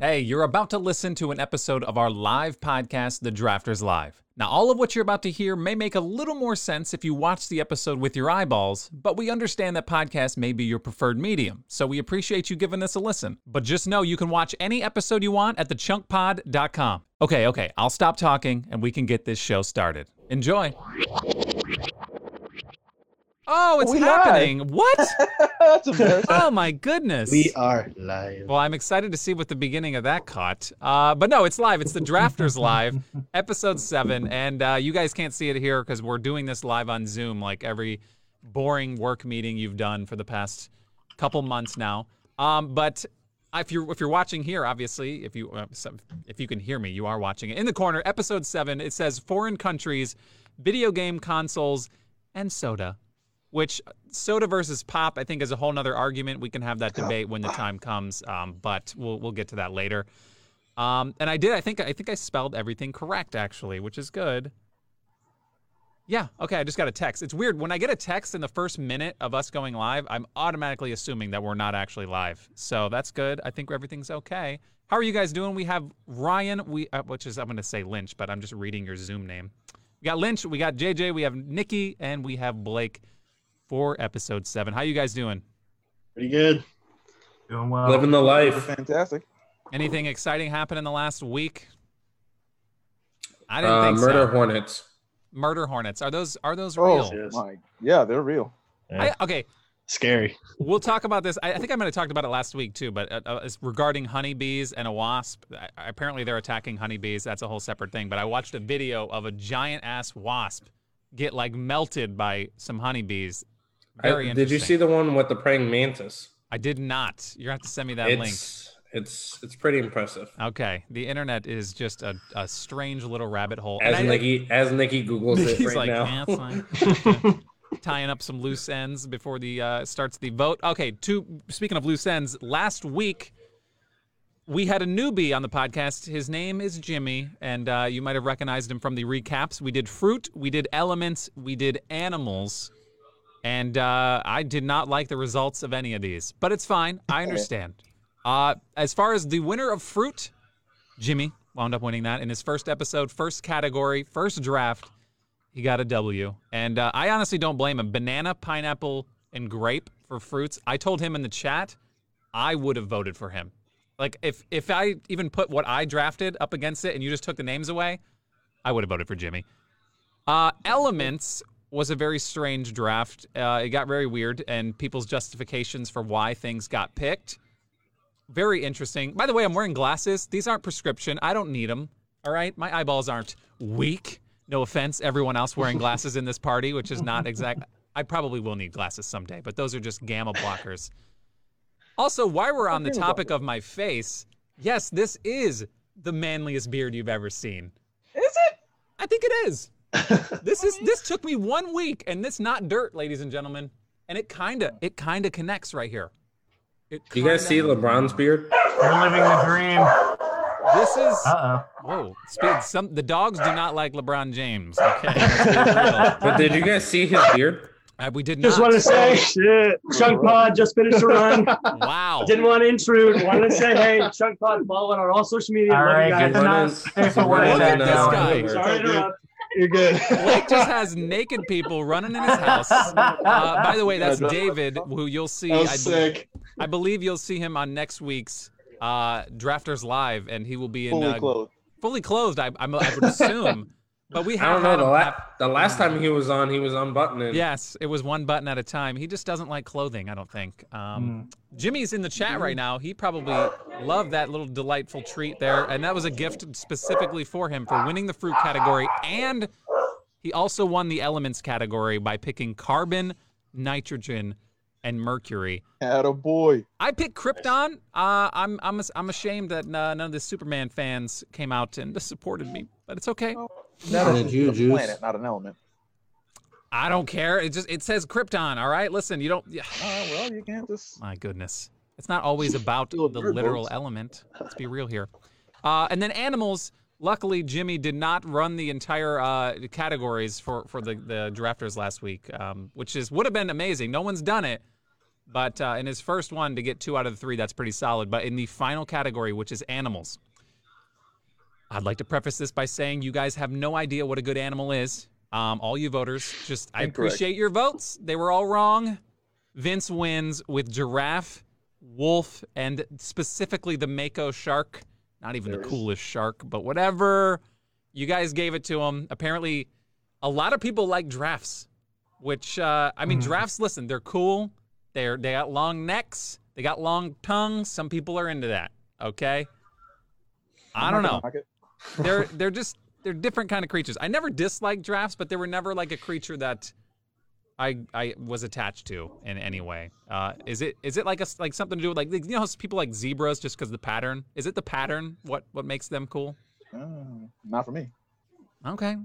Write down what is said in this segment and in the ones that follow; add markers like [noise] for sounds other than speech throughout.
Hey, you're about to listen to an episode of our live podcast, The Drafters Live. Now, all of what you're about to hear may make a little more sense if you watch the episode with your eyeballs, but we understand that podcasts may be your preferred medium, so we appreciate you giving this a listen. But just know you can watch any episode you want at thechunkpod.com. Okay, okay, I'll stop talking and we can get this show started. Enjoy. Oh, it's We live. happening. What? [laughs] That's embarrassing. [laughs] Oh my goodness. We are live. Well, I'm excited to see what the beginning of that caught. Uh, but no, it's live. It's the Drafters [laughs] Live, episode seven. And uh, you guys can't see it here because we're doing this live on Zoom, like every boring work meeting you've done for the past couple months now. Um, but if you're if you're watching here, obviously, if you uh, so- if you can hear me, you are watching it in the corner. Episode seven. It says foreign countries, video game consoles, and soda. Which soda versus pop, I think, is a whole nother argument. We can have that debate when the time comes, um, but we'll we'll get to that later. Um, and I did. I think I think I spelled everything correct actually, which is good. Yeah. Okay. I just got a text. It's weird when I get a text in the first minute of us going live. I'm automatically assuming that we're not actually live. So that's good. I think everything's okay. How are you guys doing? We have Ryan. We uh, which is I'm going to say Lynch, but I'm just reading your Zoom name. We got Lynch. We got JJ. We have Nikki, and we have Blake for episode seven. How you guys doing? Pretty good. Doing well. Living Oh, the life. Fantastic. Anything exciting happen in the last week? I didn't Uh, think so. murder hornets. Murder hornets. Are those are those Oh real? Yes. my, yeah, they're real. I, okay, Scary. we'll talk about this. I, I think I might have talked about it last week too, but uh, uh, it's regarding honeybees and a wasp. I, apparently, they're attacking honeybees. That's a whole separate thing. But I watched a video of a giant ass wasp get like melted by some honeybees. I- Very did interesting. you see the one with the praying mantis? I did not. You're gonna have to send me that link. It's it's it's pretty impressive. Okay, the internet is just a, a strange little rabbit hole. As And Oh, I- Nikki as [laughs] Nikki googles it He's right like, "Eh, now. it's fine." [laughs] Tying up some loose ends before the uh, starts the vote. Okay, two. Speaking of loose ends, last week we had a newbie on the podcast. His name is Jimmy, and uh, you might have recognized him from the recaps. We did fruit, we did elements, we did animals, and uh, I did not like the results of any of these. But it's fine. [laughs] I understand. Uh, as far as the winner of fruit, Jimmy wound up winning that in his first episode, first category, first draft. He got a W. And uh, I honestly don't blame him. Banana, pineapple, and grape for fruits. I told him in the chat I would have voted for him. Like if if I even put what I drafted up against it and you just took the names away, I would have voted for Jimmy. Uh, Elements was a very strange draft. Uh, it got very weird and people's justifications for why things got picked. Very interesting. By the way, I'm wearing glasses. These aren't prescription. I don't need them. All right, my eyeballs aren't weak. No offense, everyone else wearing glasses in this party, which is not exact. I probably will need glasses someday, but those are just gamma blockers. Also, while we're on the topic of my face, yes, this is the manliest beard you've ever seen. Is it? I think it [laughs] is. this is this took me one week, and this not dirt, ladies and gentlemen. And it kinda it kinda connects right here. It Do [laughs] you guys see kinda- LeBron's beard? You're living the dream. Uh this is oh. whoa speed. Some the dogs do not like LeBron James. [laughs] Okay, let's be real. But did you guys see his beard? Uh, we did Just not. want to say, shit, Chunk Pod just finished a run. wow. Didn't want to intrude. Wanted to say, hey, Chunk Pod, follow it on all social media. All Love right, you guys. good One not is- uh, safe for one work is Look at now this and guy. over. Sorry to interrupt. You're good. Blake just has naked people running in his [laughs] house. [laughs] Uh, by the way, that's David, who you'll see. That was I believe- sick. I believe you'll see him on next week's uh, Drafters Live, and he will be in Fully uh, clothed. fully clothed. I, I'm, I would [laughs] assume, but we I have don't know. had The, him la- have- the last time he was on, he was unbuttoning. Yes, it was one button at a time. He just doesn't like clothing. I don't think. Um, Jimmy's in the chat right now. He probably loved that little delightful treat there, and that was a gift specifically for him for winning the fruit category, and he also won the elements category by picking carbon, nitrogen, and mercury. Had a boy. I picked Krypton. Uh, I'm I'm I'm ashamed that uh, none of the Superman fans came out and [laughs] supported me, but it's okay. That Did is you a juice? planet, not an element. I don't care. It just it says Krypton. All right, listen. You don't. yeah. Oh well, you can't just. My goodness, it's not always about the Little bird literal bones. element. Let's be real here. Uh, and then animals. Luckily, Jimmy did not run the entire uh, categories for for the the drafters last week, um, which is would have been amazing. No one's done it, But uh, in his first one, to get two out of the three, that's pretty solid. But in the final category, which is animals, I'd like to preface this by saying you guys have no idea what a good animal is. Um, all you voters, just I Incorrect. appreciate your votes. They were all wrong. Vince wins with giraffe, wolf, and specifically the Mako shark. Not even the There is. coolest shark, but whatever. You guys gave it to him. Apparently, a lot of people like giraffes, which uh, I mean, Mhm. giraffes. Listen, they're cool. They're they got long necks. They got long tongues. Some people are into that. Okay. I I'm don't not [laughs] know. gonna knock it. They're they're just they're different kind of creatures. I never disliked giraffes, but they were never like a creature that I I was attached to in any way. Uh, is it is it like a s- like something to do with like you know how people like zebras just because the pattern? Is it the pattern? What what makes them cool? Mm, not for me. Okay.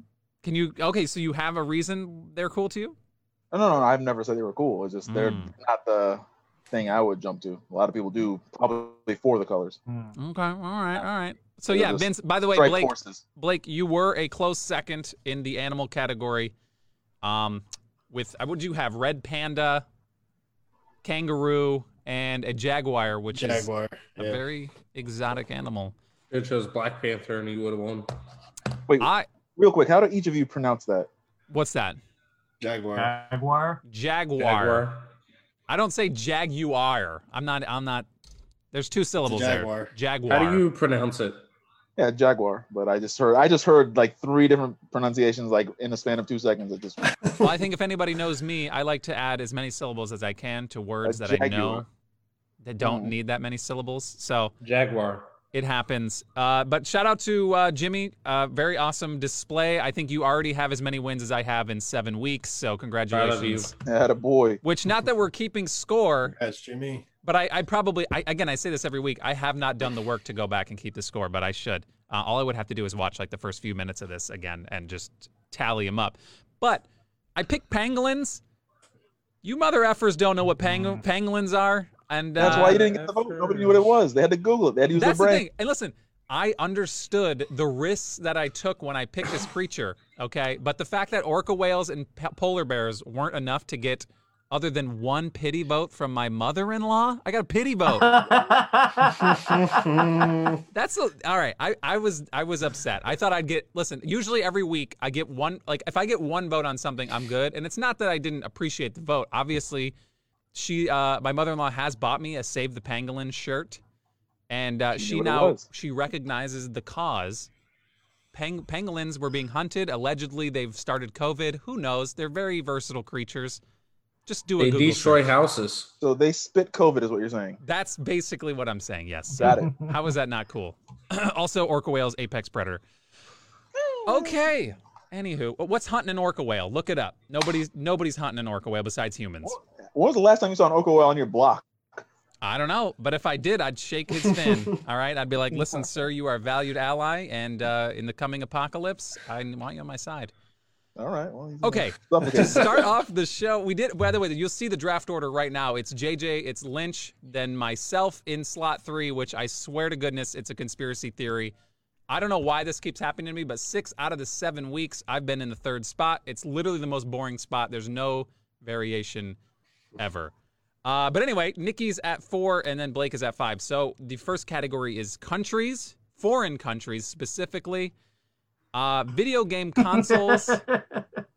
Can you okay? So you have a reason they're cool to you? No, no, no. I've never said they were cool. It's just they're Mm. not the thing I would jump to. A lot of people do probably for the colors. Mm. Okay. All right. All right. So They're yeah, just Vince. By the way, Strike Blake, horses. Blake, you were a close second in the animal category. Um, with uh, what would you have? Red panda, kangaroo, and a jaguar, which Jaguar. is yeah. a very exotic animal. It chose Black Panther, and he would have won. I. Real quick, how do each of you pronounce that? What's that? Jaguar. Jaguar. Jaguar. Jaguar. I don't say jaguar. I'm not. I'm not. There's two syllables jaguar. there. Jaguar. How do you pronounce it? Yeah, jaguar. But I just heard I just heard like three different pronunciations like in a span of two seconds. It just [laughs] well, I think if anybody knows me, I like to add as many syllables as I can to words that I know jaguar. that don't Mm. need that many syllables. So Jaguar. it happens. Uh, but shout out to uh, Jimmy. Uh, very awesome display. I think you already have as many wins as I have in seven weeks. So Proud congratulations. of you. I had a boy. Which, not that we're keeping score, That's Jimmy. but I, I probably, I, again, I say this every week. I have not done the work to go back and keep the score, but I should. Uh, all I would have to do is watch like the first few minutes of this again and just tally them up. But I picked pangolins. You mother effers don't know what pang- Mm. pangolins are, and That's uh, why you didn't get the vote. Nobody knew what it was. They had to Google it. They had to use their that's the brain. thing. And listen, I understood the risks that I took when I picked this creature. Okay, but the fact that orca whales and p- polar bears weren't enough to get other than one pity vote from my mother-in-law, I got a pity vote. That's a, all right. I, I was I was upset. I thought I'd get listen. Usually every week I get one like if I get one vote on something I'm good. And it's not that I didn't appreciate the vote. Obviously, she uh, my mother in law has bought me a Save the Pangolin shirt, and uh, She she knew what it now was. she recognizes the cause. Pang- pangolins were being hunted. Allegedly, they've started COVID. Who knows? They're very versatile creatures. Just do a They Google destroy search. houses. So they spit COVID, is what you're saying. That's basically what I'm saying. Yes. So- Got it. how is that not cool? [clears throat] also, orca whales, apex predator. Okay. Anywho, what's hunting an orca whale? Look it up. Nobody's nobody's hunting an orca whale besides humans. When was the last time you saw an orca whale on your block? I don't know, but if I did, I'd shake his fin. all right, I'd be like, "Listen, sir, you are a valued ally, and uh, in the coming apocalypse, I want you on my side." All right. Well, he's Okay. to [laughs] Suffocated. start off the show, we did. By the way, you'll see the draft order right now. It's JJ, it's Lynch, then myself in slot three, which I swear to goodness, it's a conspiracy theory. I don't know why this keeps happening to me, but six out of the seven weeks I've been in the third spot. It's literally the most boring spot. There's no variation ever. Uh, but anyway, Nikki's at four, and then Blake is at five. So the first category is countries, foreign countries specifically, uh, video game consoles.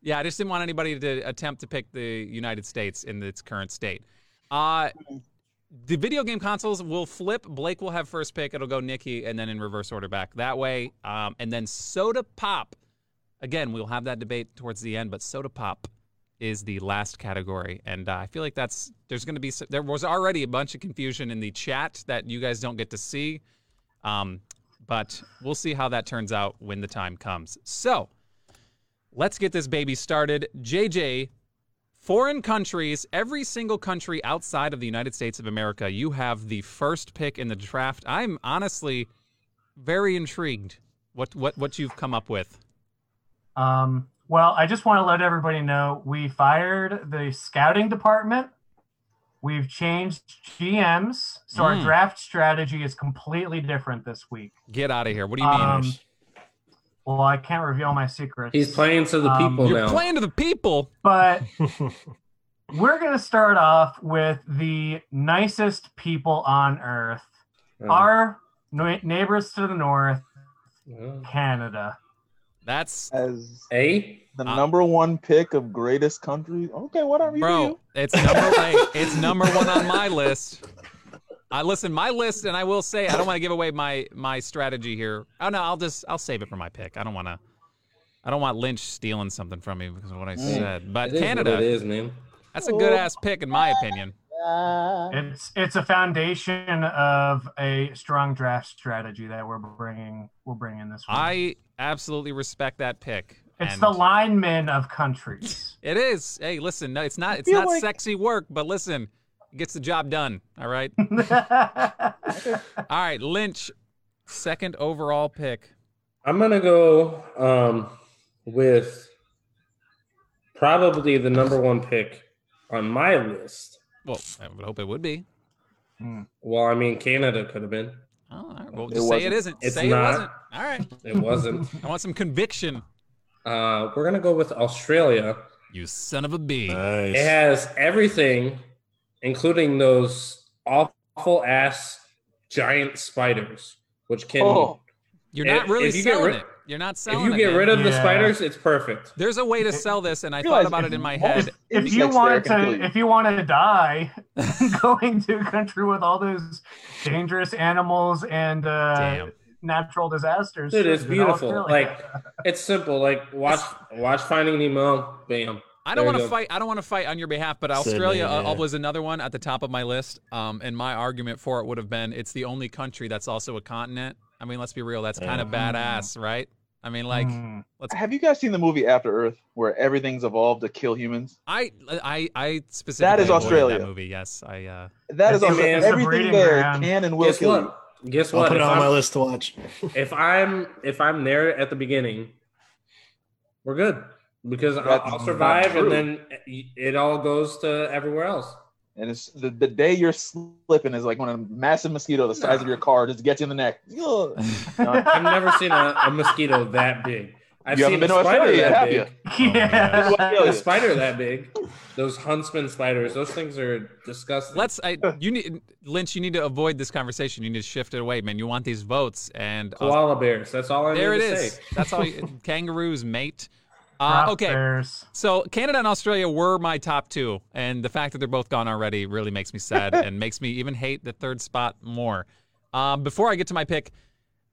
Yeah, I just didn't want anybody to attempt to pick the United States in its current state. Uh, the video game consoles will flip. Blake will have first pick. It'll go Nikki, and then in reverse order back that way. Um, and then Soda Pop. Again, we'll have that debate towards the end, but Soda Pop is the last category, and uh, I feel like that's there's going to be s- there was already a bunch of confusion in the chat that you guys don't get to see, um, but we'll see how that turns out when the time comes. So. Let's get this baby started. JJ, foreign countries, every single country outside of the United States of America, you have the first pick in the draft. I'm honestly very intrigued what what what you've come up with. Um, well, I just want to let everybody know we fired the scouting department. We've changed GMs, so our Mm. draft strategy is completely different this week. Get out of here. What do you mean? Um, well, I can't reveal my secrets, He's playing to the Um, people You're now. playing to the people. but We're going to start off with the nicest people on earth. Um, Our no- neighbors to the north, well, Canada. That's As A? the Uh, number one pick of greatest country. Okay, whatever you bro. It's [laughs] number eight. It's number one on my list. I listen my list, and I will say I don't want to give away my my strategy here. Oh no, I'll just I'll save it for my pick. I don't want to. I don't want Lynch stealing something from me because of what I Mm. said. But It is what It Canada, is, man. that's a good ass pick in my opinion. do. Uh, It's it's a foundation of a strong draft strategy that we're bringing. We're bringing this. Week. I absolutely respect that pick. it's and- the linemen of [laughs] countries. It is. Hey, listen, no, it's not. It's feel not like- sexy work, but listen, it gets the job done. All [laughs] right. All right, Lynch, second overall pick. I'm gonna go um, with probably the number one pick on my list. Well, I would hope it would be. Well, I mean, Canada could have been. Oh, all right. Well, It just say it wasn't. isn't. It's say not. it wasn't. All right. It wasn't. I want some conviction. uh, we're gonna go with Australia. You son of a bee. It Nice. has everything, including those awful ass giant spiders, which can. Oh. You're if- not really if you get selling ri- it. You're not If selling you it. get man. rid of the Yeah. spiders, it's perfect. There's a way to sell this, and I thought about it in my head. if you Sex there want can kill you. to, if you want to die, [laughs] going to a country with all those dangerous animals and uh, Damn. natural disasters. Dude, it's in beautiful. Australia. Like it's simple. Like watch watch Finding Nemo. Bam. I don't There you want to go. fight. I don't want to fight on your behalf, but Sydney, Australia uh, yeah. was another one at the top of my list. Um, and my argument for it would have been it's the only country that's also a continent. I mean, let's be real. That's kind of Yeah. badass, right? I mean, like Mm. Have you guys seen the movie After Earth, where everything's evolved to kill humans? I, I, I specifically That is avoided Australia. that movie. Yes, I. Uh, That is Hey, also man. It's a everything breeding there ground. can and will Guess kill you. what? Guess I'll what? put it If on my I'm, list to watch. if I'm if I'm there at the beginning, we're good because I'll, That's I'll not survive, true. and then it all goes to everywhere else. And it's the, the day you're slipping is like when a massive mosquito the size of your car just gets you in the neck. Ugh. I've never seen a, a mosquito that big. I've You haven't seen been a to spider Australia, that have big. you? oh, [laughs] yeah. Will A Uh, you? spider that big. Those huntsman spiders. Those things are disgusting. let's. [laughs] I. You need Lynch. You need to avoid this conversation. You need to shift it away, man. You want these votes, and uh, koala bears. That's all I need there it to is. say. That's all. [laughs] You, kangaroos, mate. Uh, Rock okay. bears. So Canada and Australia were my top two, and the fact that they're both gone already really makes me [laughs] sad and makes me even hate the third spot more. Um, before I get to my pick,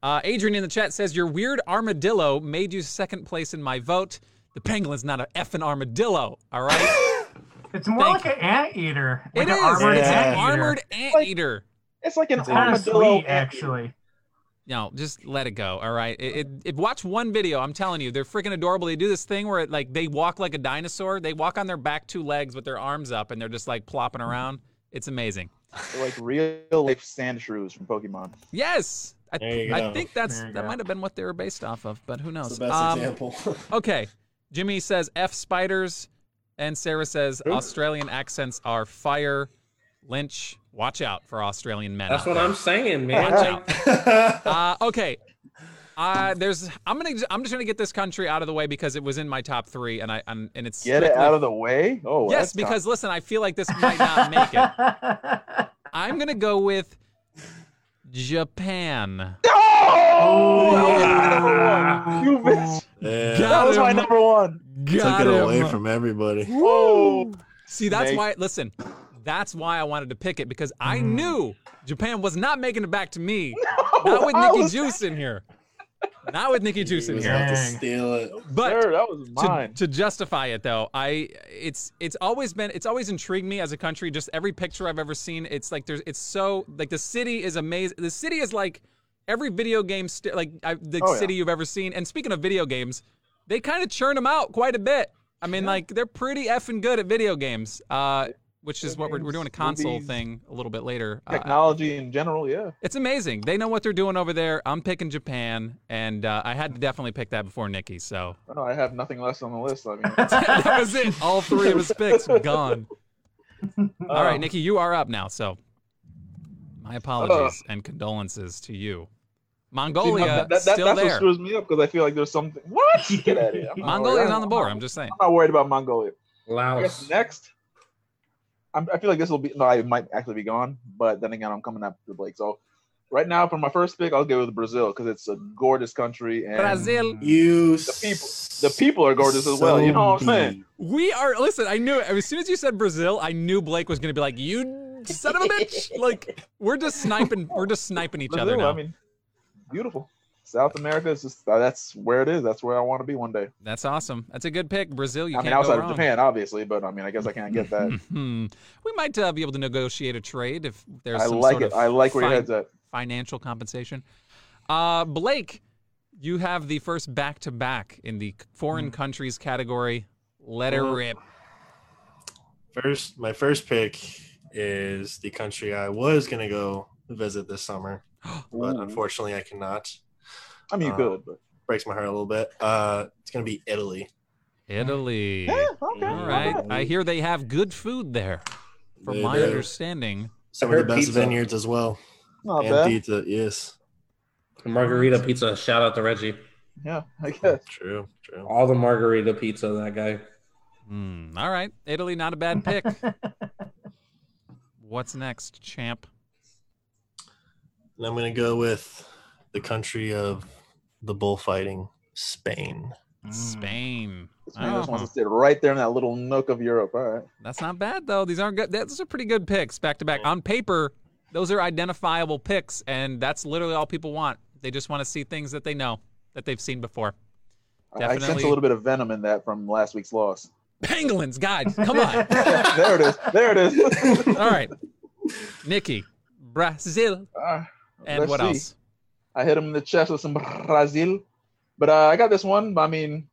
uh, Adrian in the chat says your weird armadillo made you second place in my vote. The penguin's not a effing armadillo, all right? It's more Thank like an anteater. it Like is. An armored It's an anteater. armored anteater. It's like an It's kind of armadillo. sweet, actually. No, just let it go. All right. It, it, it- watch one video. I'm telling you, they're freaking adorable. They do this thing where it, like they walk like a dinosaur. They walk on their back two legs with their arms up, and they're just like plopping around. It's amazing. They're Like real life sand shrews from Pokemon. Yes, I, There you I go. think that's There you that go. might have been what they were based off of, but who That's knows? the best Um, example. [laughs] okay, Jimmy says F spiders, and Sarah says Who? Australian accents are fire. Lynch, watch out for Australian men. That's out what I'm saying, man. Watch out. [laughs] Like- uh, okay. Uh, there's. I'm gonna. I'm just gonna get this country out of the way because it was in my top three, and I. I'm, and it's. Get it strictly- out of the way. Oh, yes, that's not- because listen, I feel like this might not make [laughs] it. it. I'm gonna go with Japan. Oh, that Ah. was my number one. You bitch. Yeah. God. That was my Adam. number one. Got Took it him. away from everybody. Whoa. See, that's Make- Mm-hmm. why. Listen, that's why I wanted to pick it because I Mm. knew Japan was not making it back to me. Not with I Nikki Oh, was Juice in here. Not with Nikki Juice in He was here. out to Dang. steal it. But there. That was to, mine. to justify it though i it's it's always been it's always intrigued me as a country just every picture i've ever seen it's like there's it's so like the city is amazing the city is like every video game st- like I, the Oh, yeah. city you've ever seen and speaking of video games they kind of churn them out quite a bit i mean like they're pretty effing good at video games uh which is Video what we're, we're doing a games, console movies, thing a little bit later uh, Technology in general, yeah. it's amazing. They know what they're doing over there. I'm picking Japan, and uh, I had to definitely pick that before Nikki. So Oh, I have nothing less on the list. I mean, that was it. All three of his picks [laughs] gone. All right, Nikki, you are up now. So, my apologies Uh. and condolences to you. [laughs] Mongolia that, that, still that's what there. screws me up because I feel like there's something. What? Get out of here. I'm not worried. Mongolia's on the I'm board. not- I'm just saying. I'm not worried about Mongolia. I guess Laos. next. I'm, I feel like this will be no, I might actually be gone, but then again, I'm coming after Blake. So right now, for my first pick, I'll go with Brazil because it's a gorgeous country and Brazil. You The people- the people are gorgeous as well. You know what I'm saying? We are. Listen, I knew it. As soon as you said Brazil, I knew Blake was going to be like, "You son of a [laughs] bitch!" Like we're just sniping. We're just sniping each other Brazil, now. I mean, beautiful. South America is just uh, that's where it is. That's where I want to be one day. That's awesome. That's a good pick, Brazil. You I can't mean, outside go of wrong. Japan, obviously, but I mean, I guess I can't get that. Hmm. We might uh, be able to negotiate a trade if there's I some like sort it. of I like where your fin- head's at. financial compensation. Uh, Blake, you have the first back to back in the foreign countries category. Let her Hmm. Well, rip. First, my first pick is the country I was gonna go visit [gasps] this summer, but Ooh. unfortunately I cannot. I mean, you uh, could, but Breaks my heart a little bit. Uh, it's gonna be Italy. Italy. yeah, okay. All not right. bad. I hear they have good food there, from They my do. understanding. Some I of the heard best pizza. vineyards as well. Not and bad. pizza, yes. Margarita pizza. Shout out to Reggie. Yeah, I guess. True, true. All the margarita pizza. That guy. Hmm. all right. Italy, not a bad [laughs] pick. What's next, champ? And I'm gonna go with the country of the bullfighting, Spain. Spain. This man just wants Oh. to sit right there in that little nook of Europe. All right. That's not bad though. These aren't good. Those are pretty good picks back to back. On paper, those are identifiable picks, and that's literally all people want. They just want to see things that they know that they've seen before. I- I sense Definitely. a little bit of venom in that from last week's loss. [laughs] Penguins, guys, come [laughs] on. there it is. There it is. [laughs] all right, Nikki, Brazil, Ah, and let's what see. else? I hit him in the chest with some Brazil. But uh, I got this one. I mean,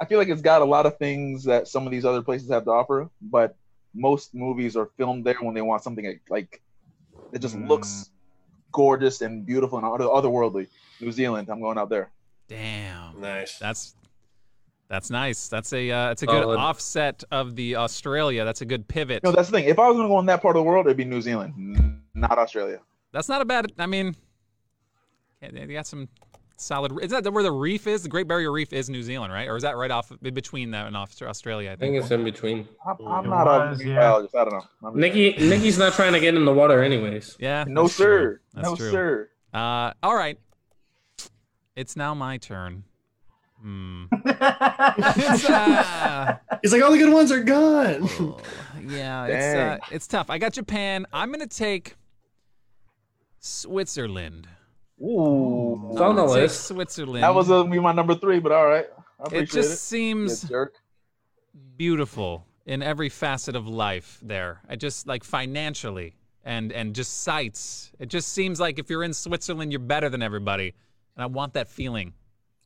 I feel like it's got a lot of things that some of these other places have to offer, but most movies are filmed there when they want something like it just looks gorgeous and beautiful and other- otherworldly. New Zealand, I'm going out there. Damn, Nice. that's that's nice. That's a uh, that's a good Solid. offset of the Australia. That's a good pivot. No, that's the thing. If I was going to go in that part of the world, it'd be New Zealand, n- not Australia. That's not a bad. I mean, yeah, they they got some solid. Is that where the reef is? The Great Barrier Reef is New Zealand, right? Or is that right off in between that and off Australia? I I think. think it's in between. I'm, I'm It not was, a yeah. biologist. I don't know. I'm- Nikki, Nikki's not trying to get in the water, anyways. yeah. No, that's sir. true. That's no, true. sir. Uh, all right. It's now my turn. Hmm. It's, uh, He's like all the good ones are gone. yeah, it's uh, it's tough. I got Japan. I'm gonna take Switzerland. Ooh. It's on the I'll take list. Switzerland. That was uh, be my number three, but all right. I appreciate it it. just You seems jerk. beautiful in every facet of life there. I just like financially and and just sights. It just seems like if you're in Switzerland, you're better than everybody. And I want that feeling.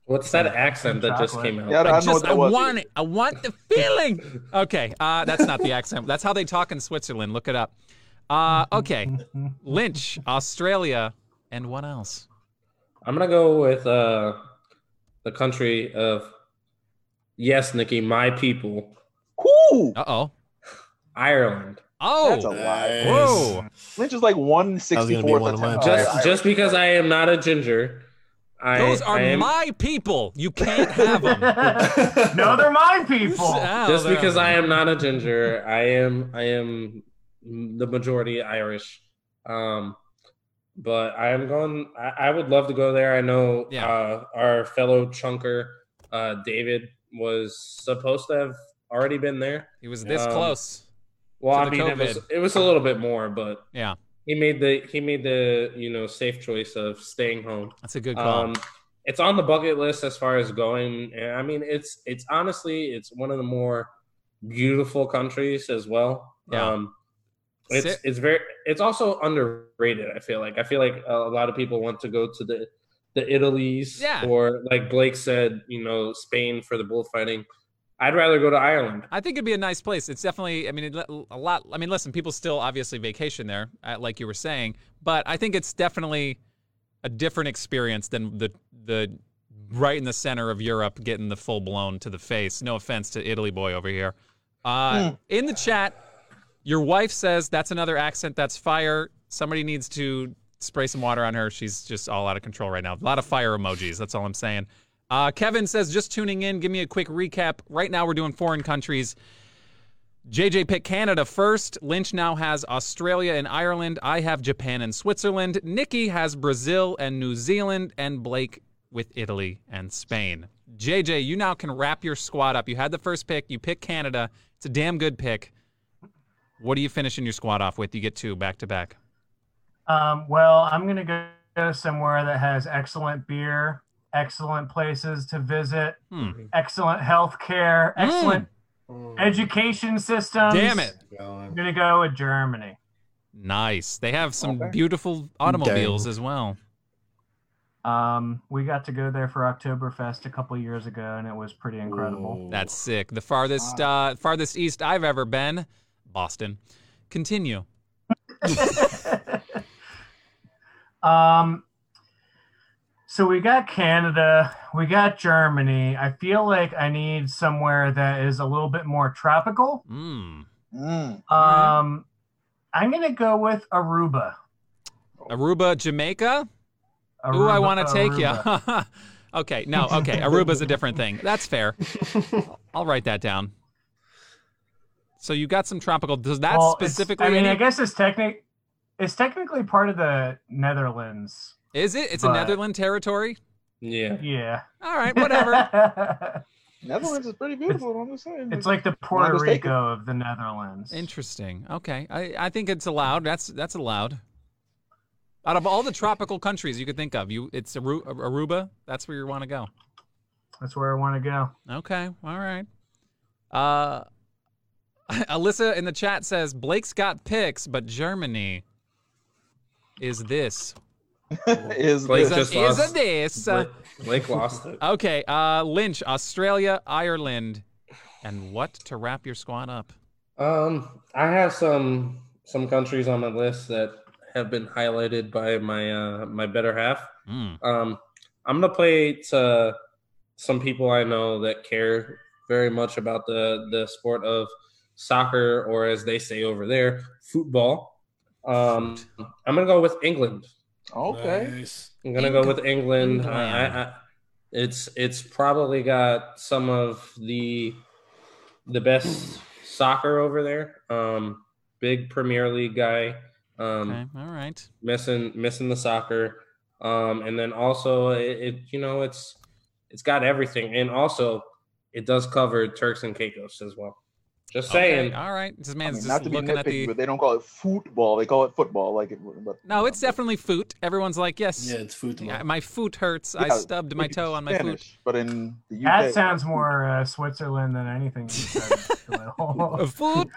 What's that accent that just Chocolate. came out? Yeah, I don't I, know just what that I was. want it. I want the feeling. Okay, uh, that's not the accent. That's how they talk in Switzerland. Look it up. Uh, okay, Lynch, Australia, and what else? I'm gonna go with uh, the country of yes, Nikki, my people, Woo! Uh oh. Ireland. That's a [laughs] Oh, lot. whoa. Lynch is like one gonna be sixty fourth. one of mine. Just Oh, Alright, just because I am not a ginger, I Those are I am, my people. You can't have them. [laughs] [laughs] [laughs] no, they're my people. just because I am not a ginger, I am I am the majority Irish. Um, but I am going. I, I would love to go there. I know Yeah. uh, our fellow chunker uh, David was supposed to have already been there. He was this Um, close. Well, to I the mean, it was COVID. it was a little bit more, but Yeah. he made the he made the you know safe choice of staying home. That's a good call. Um, it's on the bucket list as far as going. And I mean, it's it's honestly it's one of the more beautiful countries as well. Yeah. Um, it's Sit- it's very it's also underrated. I feel like I feel like a lot of people want to go to the the Italy's Yeah. or like Blake said, you know, Spain for the bullfighting. I'd rather go to Ireland. I think it'd be a nice place. It's definitely, I mean, it, a lot. I mean, listen, people still obviously vacation there, uh, like you were saying, but I think it's definitely a different experience than the the right in the center of Europe getting the full blown to the face. No offense to Italy boy over here. Uh, In the chat, your wife says that's another accent. That's fire. Somebody needs to spray some water on her. She's just all out of control right now. A lot of fire emojis. That's all I'm saying. Uh, Kevin says, just tuning in. Give me a quick recap. Right now, we're doing foreign countries. JJ picked Canada first. Lynch now has Australia and Ireland. I have Japan and Switzerland. Nikki has Brazil and New Zealand, and Blake with Italy and Spain. JJ, you now can wrap your squad up. You had the first pick. You picked Canada. It's a damn good pick. What are you finishing your squad off with? You get two back to back. Um, well, I'm going to go somewhere that has excellent beer, excellent places to visit, Hmm. excellent health care, Mm. excellent education systems. Damn it. I'm going to go with Germany. Nice. They have some Okay. beautiful automobiles as well. Um, we got to go there for Oktoberfest a couple years ago, and it was pretty incredible. That's [laughs] sick. The farthest uh, farthest east I've ever been, Boston. Continue. [laughs] um, so we got Canada, we got Germany. I feel like I need somewhere that is a little bit more tropical. Mm. Mm. Alright. Um, I'm gonna go with Aruba. Aruba, Jamaica. Aruba Ooh, I want to take Aruba. you. [laughs] okay, no, okay. Aruba's a different thing. That's fair. I'll write that down. So you got some tropical. Does that Well, it's- specifically? I mean, any- I guess it's technic. It's technically part of the Netherlands. is it? It's a but- Netherland territory. Yeah. Yeah. All right, [laughs] whatever. Netherlands is pretty beautiful. I'm just saying. it's like the Puerto Marcus Taker. Rico of the Netherlands. Interesting. Okay, I, I think it's allowed. That's that's allowed. Out of all the tropical countries you could think of, you it's Aru- Aruba. That's where you want to go. That's where I want to go. Okay, all right. Uh, [laughs] Alyssa in the chat says Blake's got picks, but Germany is this. is Blake Is this. a, just is a lost. this. Blake, [laughs] Blake lost it. Okay, uh, Lynch, Australia, Ireland, and what to wrap your squad up? Um, I have some some countries on my list that have been highlighted by my uh, my better half. Mm. Um, I'm gonna play to some people I know that care very much about the the sport of soccer, or as they say over there, football. Um, I'm gonna go with England. Okay. Nice. I'm gonna go with England. I, I, I, it's it's probably got some of the the best soccer over there. Um, big Premier League guy. Um, Okay, all right. missing missing the soccer um and then also it, it you know it's it's got everything and also it does cover turks and caicos as well just saying Okay, all right. This I man's mean, just not to be looking at nitpicky, the. but they don't call it football. They call it football. Like, it, but No, it's definitely foot. Everyone's like, yes. Yeah, it's food. I- My foot hurts. I Yeah, stubbed my toe on my foot. Spanish, but in the UK, That sounds more uh, Switzerland than anything. You [laughs] said, Foot.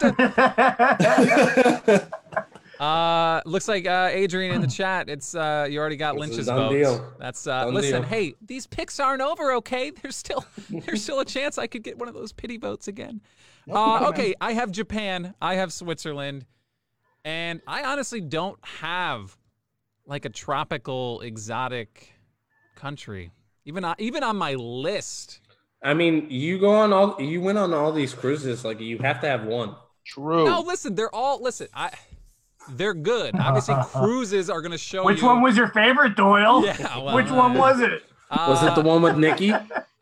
Uh, looks like uh, Adrian in the chat. It's uh, you already got It's a Lynch's done vote. deal. That's uh, Done listen. deal. Hey, these picks aren't over. Okay, [laughs] there's still there's [laughs] still a chance I could get one of those pity votes again. Uh, okay, I have Japan. I have Switzerland, and I honestly don't have like a tropical exotic country. Even on, even on my list. i mean you go on all you went on all these cruises like you have to have one True. No, listen. They're all listen. I they're good. [laughs] Obviously, cruises are gonna show [laughs] Which you. one was your favorite, [laughs] Doyle? yeah, well, Which one uh, was it? was it uh, the one with [laughs] nikki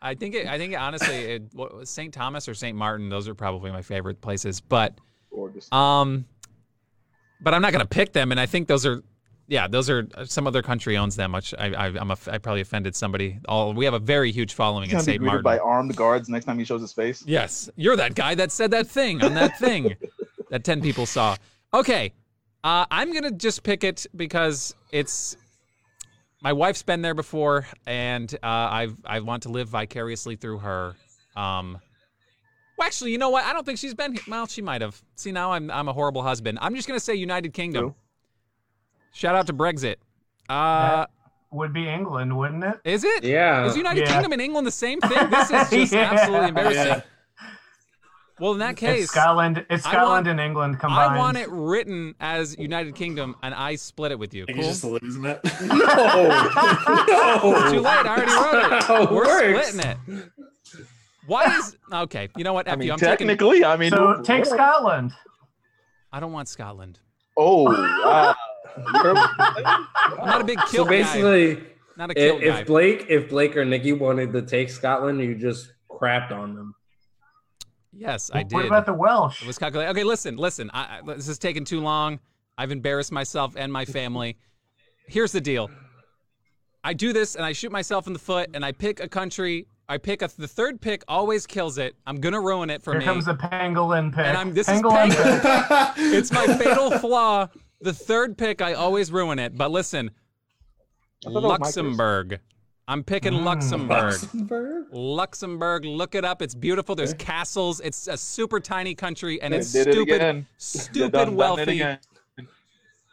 I think it, I think honestly, it, what was St. Thomas or St. Martin? Those are probably my favorite places. But Gorgeous. um, but I'm not gonna pick them, and I think those are. Yeah, those are uh, some other country owns them. Which I, I, I'm a, I probably offended somebody. All we have a very huge following He's in gonna be St. Martin. greeted by armed guards next time he shows his face. Yes, you're that guy that said that thing on that thing that 10 people saw. Okay, uh, I'm going to just pick it because it's. My wife's been there before, and uh, I I want to live vicariously through her. Um, well, actually, you know what? I don't think she's been here. Well, she might have. See, now I'm I'm a horrible husband. I'm just gonna say United Kingdom. True. Shout out to Brexit. Uh, Would be England, wouldn't it? is it? Is yeah United Yeah. Kingdom and England the same thing? This is just Yeah. absolutely embarrassing. Yeah. Well, in that It's case, Scotland. It's I Scotland want- and England combined. I want it written as United Kingdom, and I split it with you. I think Cool. it's just a lid, isn't it? [laughs] [laughs] no Too late. I already wrote it. How it We're works. splitting it. Why is okay? You know what? F I mean, you. I'm taking. technically, I mean, So take Scotland. I don't want Scotland. [laughs] Oh, wow. You're- I'm not a big kill so guy. basically Not a kill if, guy. if blake if blake or nikki wanted to take scotland you just crapped on them Yes, I did. What about the Welsh? It was calculated. Okay, listen, listen. I, I- this is taking too long. I've embarrassed myself and my family. Here's the deal. I do this and I shoot myself in the foot and I pick a country. I pick a, the third pick always kills it. I'm gonna ruin it for Here me. comes the pangolin pick. And I'm- this is pangolin pang- pick. it's my [laughs] fatal flaw. The third pick I always ruin it. But listen, I thought that was my Luxembourg. I'm picking [laughs] Mm. Luxembourg. Luxembourg? Luxembourg, look it up. It's beautiful. There's castles. It's a super tiny country and Eh? They it's did it stupid, again. They've stupid done- done it wealthy. again.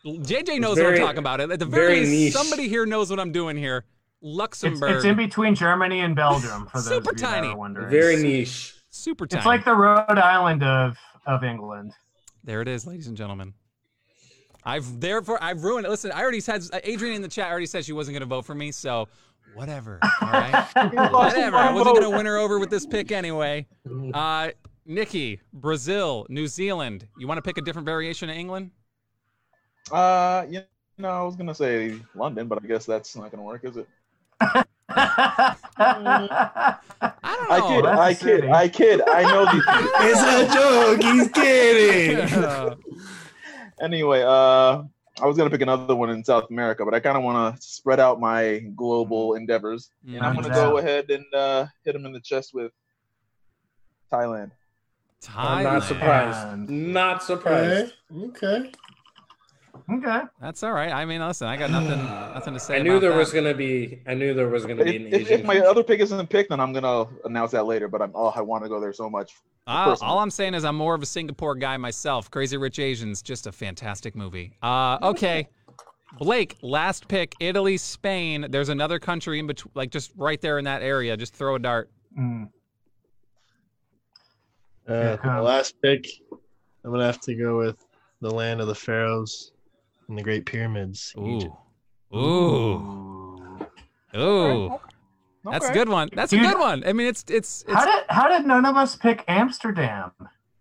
JJ knows very- what I'm talking about. At the very, very least, niche. somebody here knows what I'm doing here. It's, Luxembourg, it's in between Germany and Belgium for those Super of you that tiny. are wondering. Very niche. super tiny. It's like the Rhode Island of of England. there it is, ladies and gentlemen. I've therefore I've ruined it. Listen, I already said Adrian in the chat already said she wasn't going to vote for me, so whatever. All [laughs] right, whatever. I wasn't going to win her over with this pick anyway. Uh, Nikki, Brazil, New Zealand. You want to pick a different variation of England? Uh, you know, I was gonna say London, but I guess that's not gonna work, is it? I don't I know. kid, that's I a kid, city. I kid. I know these. [laughs] things. It's a joke. He's [laughs] kidding. Anyway, uh, I was gonna pick another one in South America, but I kind of want to spread out my Mm-hmm. global endeavors, and I'm Roger gonna that. go ahead and uh, hit him in the chest with Thailand. I'm not Thailand. surprised. And- Not surprised. Okay. okay. That's all right. I mean, listen, I got nothing, nothing to say. I knew about there that. was gonna be. I knew there was gonna be an If, if, Asian. if my other pick isn't picked, then I'm gonna announce that later. But I'm oh, I want to go there so much. Uh, person. all I'm saying is I'm more of a Singapore guy myself. Crazy Rich Asians, just a fantastic movie. Uh, okay, Blake, last pick, Italy, Spain. There's another country in between, like just right there in that area. Just throw a dart. Mm. Uh, my last pick, I'm gonna have to go with the land of the pharaohs and the Great Pyramids. Egypt. Ooh, ooh, ooh. That's a good one. That's a Dude. good one. I mean, it's it's. it's How did how did none of us pick Amsterdam?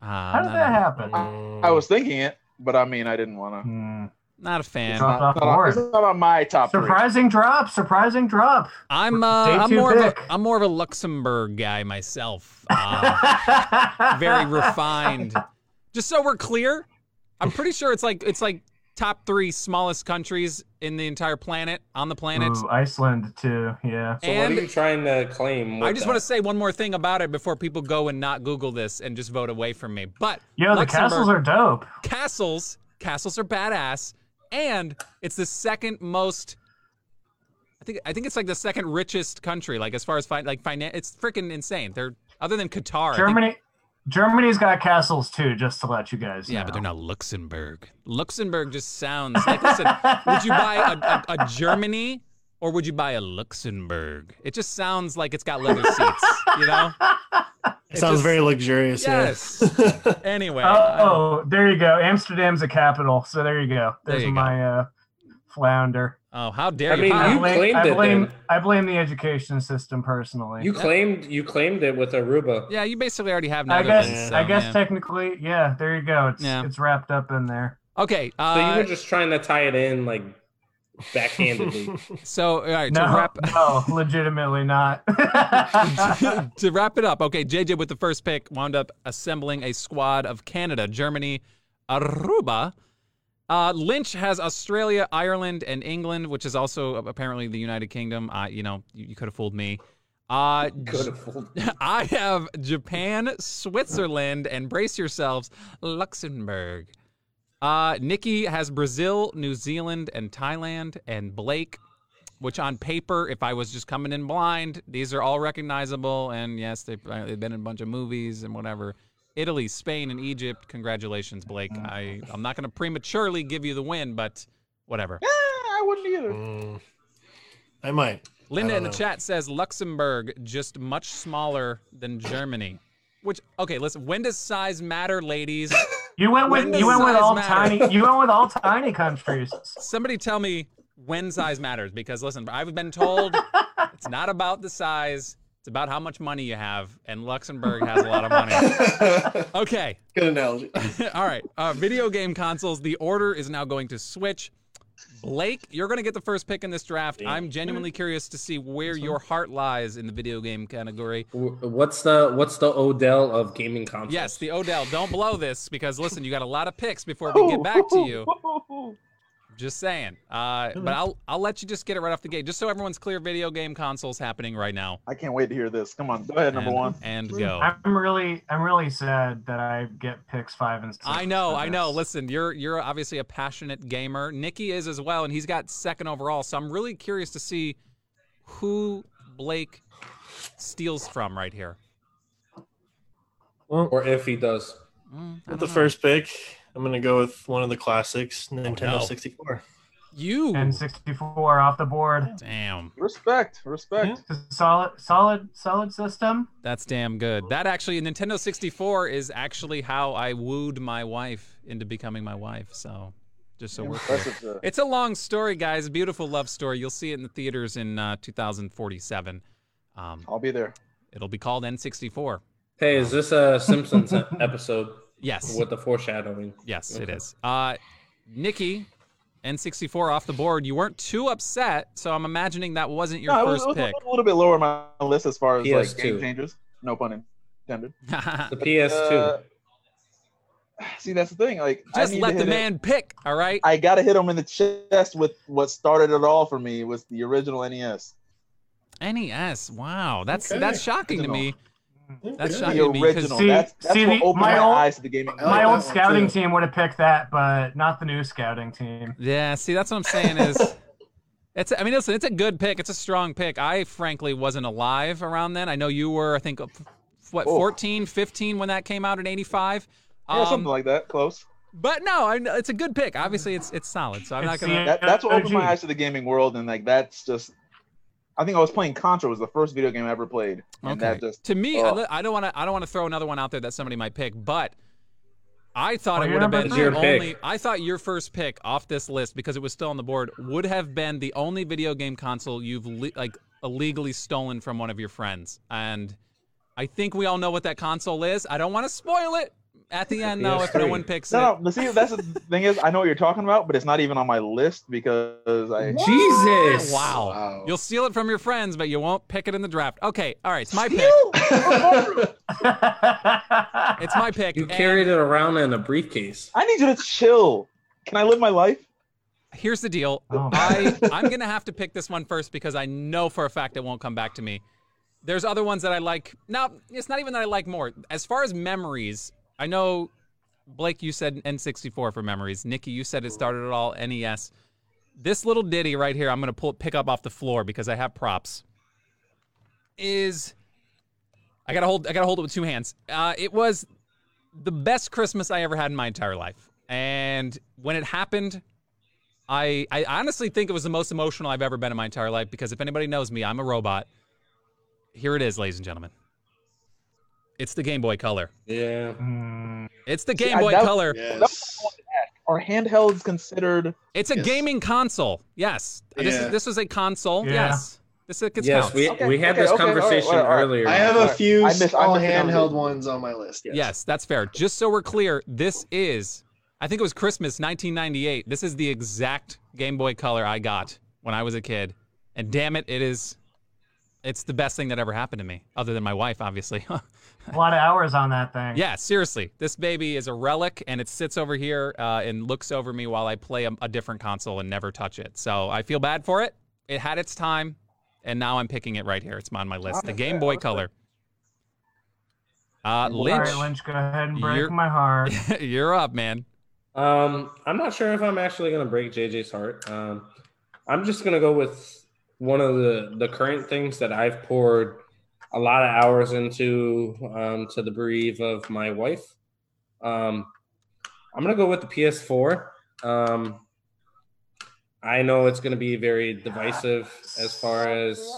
Ah, How did not, that a, happen? I Mm. was thinking it, but I mean, I didn't want to. Hmm. not a fan. It's not off It's not on- board. it's not on my top three. Surprising drop. Surprising drop. I'm uh, I'm two more of pick. a, I'm more of a Luxembourg guy myself. Uh, [laughs] very refined. Just so we're clear, I'm pretty sure it's like it's like top three smallest countries in the entire planet on the planet. Ooh, Iceland too. Yeah. So what are you trying to claim? I just want to say one more thing about it before people go and not Google this and just vote away from me. But Yo, the Luxembourg- castles are dope. castles, castles are badass, and it's the second most. I think I think it's like the second richest country, like as far as fi- like finance. It's freaking insane. They're other than Qatar. I think- Germany. Germany's got castles too. Just to let you guys. Yeah, know. but they're not Luxembourg. Luxembourg just sounds like. Listen, would you [laughs] buy a, a, a Germany or would you buy a Luxembourg? It just sounds like it's got leather seats, you know? It sounds just- very luxurious. yeah. Yes. Anyway, uh, Oh, there you go. Amsterdam's a capital, so there you go. There There's you go. my uh, flounder. oh, how dare I you? mean, How- you- I blame, claimed I it blame, then. I blame the education system personally. You claimed you claimed it with Aruba. yeah, you basically already have no I other guess, things, I so, guess yeah. technically, yeah. There you go. It's Yeah. it's wrapped up in there. okay, So you uh, were just trying to tie it in like [laughs] backhandedly. so all right, no, to wrap [laughs] [laughs] no, legitimately not. [laughs] to wrap it up, okay, JJ with the first pick wound up assembling a squad of Canada, Germany, Aruba. Uh, Lynch has Australia, Ireland, and England, which is also apparently the United Kingdom. Uh, you know, you, you could have fooled me. Uh, Could have fooled. [laughs] I have Japan, Switzerland, and brace yourselves, Luxembourg. Uh, Nikki has Brazil, New Zealand, and Thailand, and Blake, which on paper, if I was just coming in blind, these are all recognizable. And yes, they've, uh, they've been in a bunch of movies and whatever. Italy, Spain, and Egypt. Congratulations, Blake. I, I'm not going to prematurely give you the win, but whatever. Eh, I wouldn't either. Mm. I might. [laughs] Linda I in the don't know. chat says Luxembourg just much smaller than Germany. Which okay, listen, when does size matter, ladies? you went When with does you went with size all matter? tiny. You went with all tiny countries. Somebody tell me when size matters because listen, I've been told it's not about the size, it's about how much money you have and Luxembourg has a lot of money. [laughs] Good Okay. [laughs] analogy. All right. Uh, video game consoles, the order is now going to switch. Blake, you're going to get the first pick in this draft. I'm genuinely curious to see where your heart lies in the video game category. Wh- What's the what's the Odell of gaming consoles? Yes, the Odell. Don't blow this because listen, you got a lot of picks before we get back to [laughs] you. Just saying. Uh, but I'll I'll let you just get it right off the gate, just so everyone's clear. Video game consoles happening right now. I can't wait to hear this. Come on, go ahead, number and, one. And go. I'm really, I'm really sad that I get picks five and six. I know, for I know. this. Listen, you're you're obviously a passionate gamer. Nikki is as well, and he's got second overall. So I'm really curious to see who Blake steals from right here. Or if he does. Mm, I With don't the know. first pick, I'm gonna go with one of the classics, Nintendo Oh, no. 64. you and 64 off the board. damn. Respect, respect. Yeah. It's a solid, solid, solid system. That's damn good. That actually, Nintendo 64 is actually how I wooed my wife into becoming my wife. So, just so we're clear. Impressive, sir. It's a long story, guys. Beautiful love story. You'll see it in the theaters in uh, 2047. Um, I'll be there. it'll be called N64. Hey, is this a Simpsons e- [laughs] episode Yes. with the foreshadowing? Yes, it Okay. is. Uh, Nikki, N64 off the board. You weren't too upset, so I'm imagining that wasn't your No, it was, first it was pick. a little bit lower on my list as far as like PS2. game changers. No pun intended. [laughs] The PS2. Uh, [sighs] See, that's the thing. Like, I Just need to let the hit it- man pick, all right? I gotta hit him in the chest with what started it all for me was the original E NES. NES. E Wow, that's Okay. that's shocking to me. Original. That's Yeah. [laughs] shocking The to me 'cause- original. See- that's that's see what the- opened my my, old- eyes to the gaming. I like My that old one, scouting too. team would have picked that, but not the new scouting team. [laughs] Yeah, see, that's what I'm saying [laughs] is. It's, I mean, listen, it's a good pick. It's a strong pick. I frankly wasn't alive around then. I know you were, I think, uh, f- what, Oh. 14, 15 when that came out in 85? yeah, Um, something like that. Close. but no, I, it's a good pick. Obviously, it's it's solid, so I'm not It's the going to. That, that's what opened my OG. eyes to the gaming world, and like that's just. I think I was playing Contra was the first video game I ever played, and that just to me, I oh. li- I don't want to. I don't want to throw another one out there that somebody might pick, but I thought Well, it you're would have been the number three. Your pick. only. I thought your first pick off this list because it was still on the board would have been the only video game console you've le- like illegally stolen from one of your friends, and I think we all know what that console is. I don't want to spoil it at the end though if no PS3. one picks no, it. no. but See, that's the thing is, I know what you're talking about, but it's not even on my list because I. Jesus! Wow. Wow. You'll steal it from your friends, but you won't pick it in the draft. Okay, all right, it's my pick. I It's my pick. You and- carried it around in a briefcase. need you to chill. Can I live my life? here's the deal. Oh, I I'm gonna have to pick this one first because I know for a fact it won't come back to me. There's other ones that I like. Now it's not even that I like more. As far as memories, I know Blake, you said N64 for memories. Nikki, you said it started at all NES. This little ditty right here, I'm gonna pull pick up off the floor because I have props. Is I gotta hold I gotta hold it with two hands. Uh, it was the best Christmas I ever had in my entire life. And when it happened, I, I honestly think it was the most emotional I've ever been in my entire life because if anybody knows me, I'm a robot. Here it is, ladies and gentlemen. It's the Game Boy Color. Yeah. Mm, It's the See, Game I Boy doubt- Color. Yes. Are handhelds considered? It's a Yes. gaming console. Yes. This, Yeah. is, this was a console. Yeah. Yes. This is, gets yes, counts. we, Okay, we had okay, this okay, all right, conversation all right, all right. earlier. I have a Alright. few I miss- I small miss the number. handheld ones on my list. Yes. yes. that's fair. Just so we're clear, this is, I think it was Christmas 1998. This is the exact Game Boy Color I got when I was a kid. And damn it, it is, it's the best thing that ever happened to me, other than my wife, obviously. [laughs] a lot of hours on that thing. Yeah, seriously, this baby is a relic, and it sits over here uh, and looks over me while I play a, a different console and never touch it. So I feel bad for it. It had its time, and now I'm picking it right here. It's on my list. The Okay, Game Boy okay. Color. Uh, All Lynch, right, Lynch, go ahead and break You're- my heart. [laughs] you're up, man. Um, I'm not sure if I'm actually gonna break JJ's heart. Um, I'm just gonna go with one of the the current things that I've poured a lot of hours into um, to the bereave of my wife. Um, I'm gonna go with the PS4. Um, I know it's gonna be very divisive as far as No,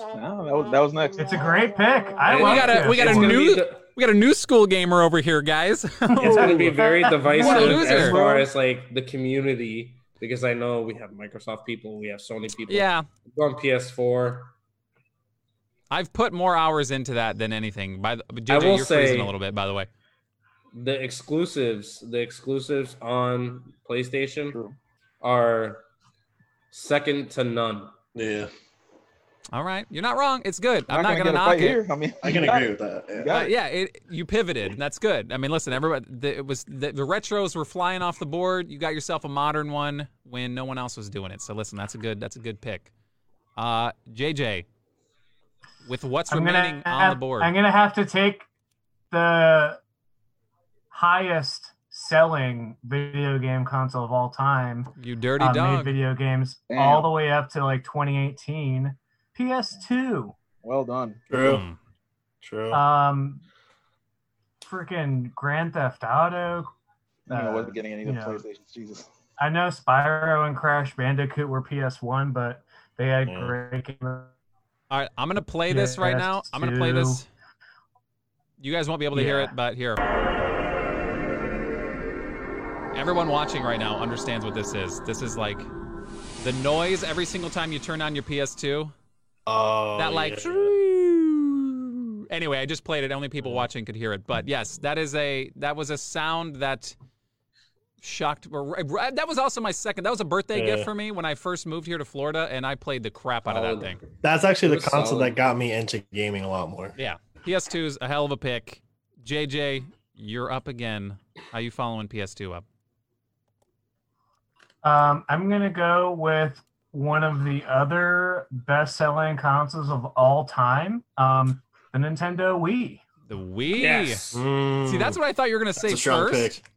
Oh, that was, that was next. It's a great pick. I We love gotta- it. we gotta It's gonna new- be di- We got a new school gamer over here, guys. [laughs] it's going to be very What a divisive loser. as far as like the community because I know we have Microsoft people, we have Sony people. yeah, We're on PS4. I've put more hours into that than anything. By the, but JJ, will you're freezing say- a little bit, by the way. The exclusives, the exclusives on PlayStation True. are second to none. Yeah, All right, you're not wrong. It's good. I'm not gonna, gonna get a knock fight it. here. I mean, I can you got agree it. with that. You Yeah. Uh, got it. yeah, it, you pivoted. and That's good. I mean, listen, everybody, the, it was the, the retros were flying off the board. You got yourself a modern one when no one else was doing it. So listen, that's a good that's a good pick. Uh, JJ, with what's remaining on have, the board, I'm gonna have to take the highest selling video game console of all time. you dirty uh, dog. Made video games Damn. all the way up to like 2018. PS2. [laughs] Well done. True. Hmm. Oh. True. Um, freaking Grand Theft Auto. You know, I Uh, wasn't getting any of the yeah. PlayStations. Jesus. I know Spyro and Crash Bandicoot were PS1, but they had Yeah. great game. All right, I'm gonna play this right now. I'm gonna play this. You guys won't be able to hear Yeah. it, but here. Everyone watching right now understands what this is. This is like the noise every single time you turn on your PS2. oh, that like. yeah. [laughs] Anyway, I just played it. Only people watching could hear it. But yes, that is a that was a sound that shocked. or- That was also my second. That was a birthday gift Yeah. Oh, for me when I first moved here to Florida, and I played the crap out of that Solid. thing. That's actually It the was console solid. that got me into gaming a lot more. Yeah, PS2 is a hell of a pick. JJ, you're up again. How you following PS2 up? Um, I'm gonna go with one of the other best-selling consoles of all time, um, the Nintendo Wii. The Wii. Yes. See, that's what I thought you were gonna say Hmm. a strong first. pick.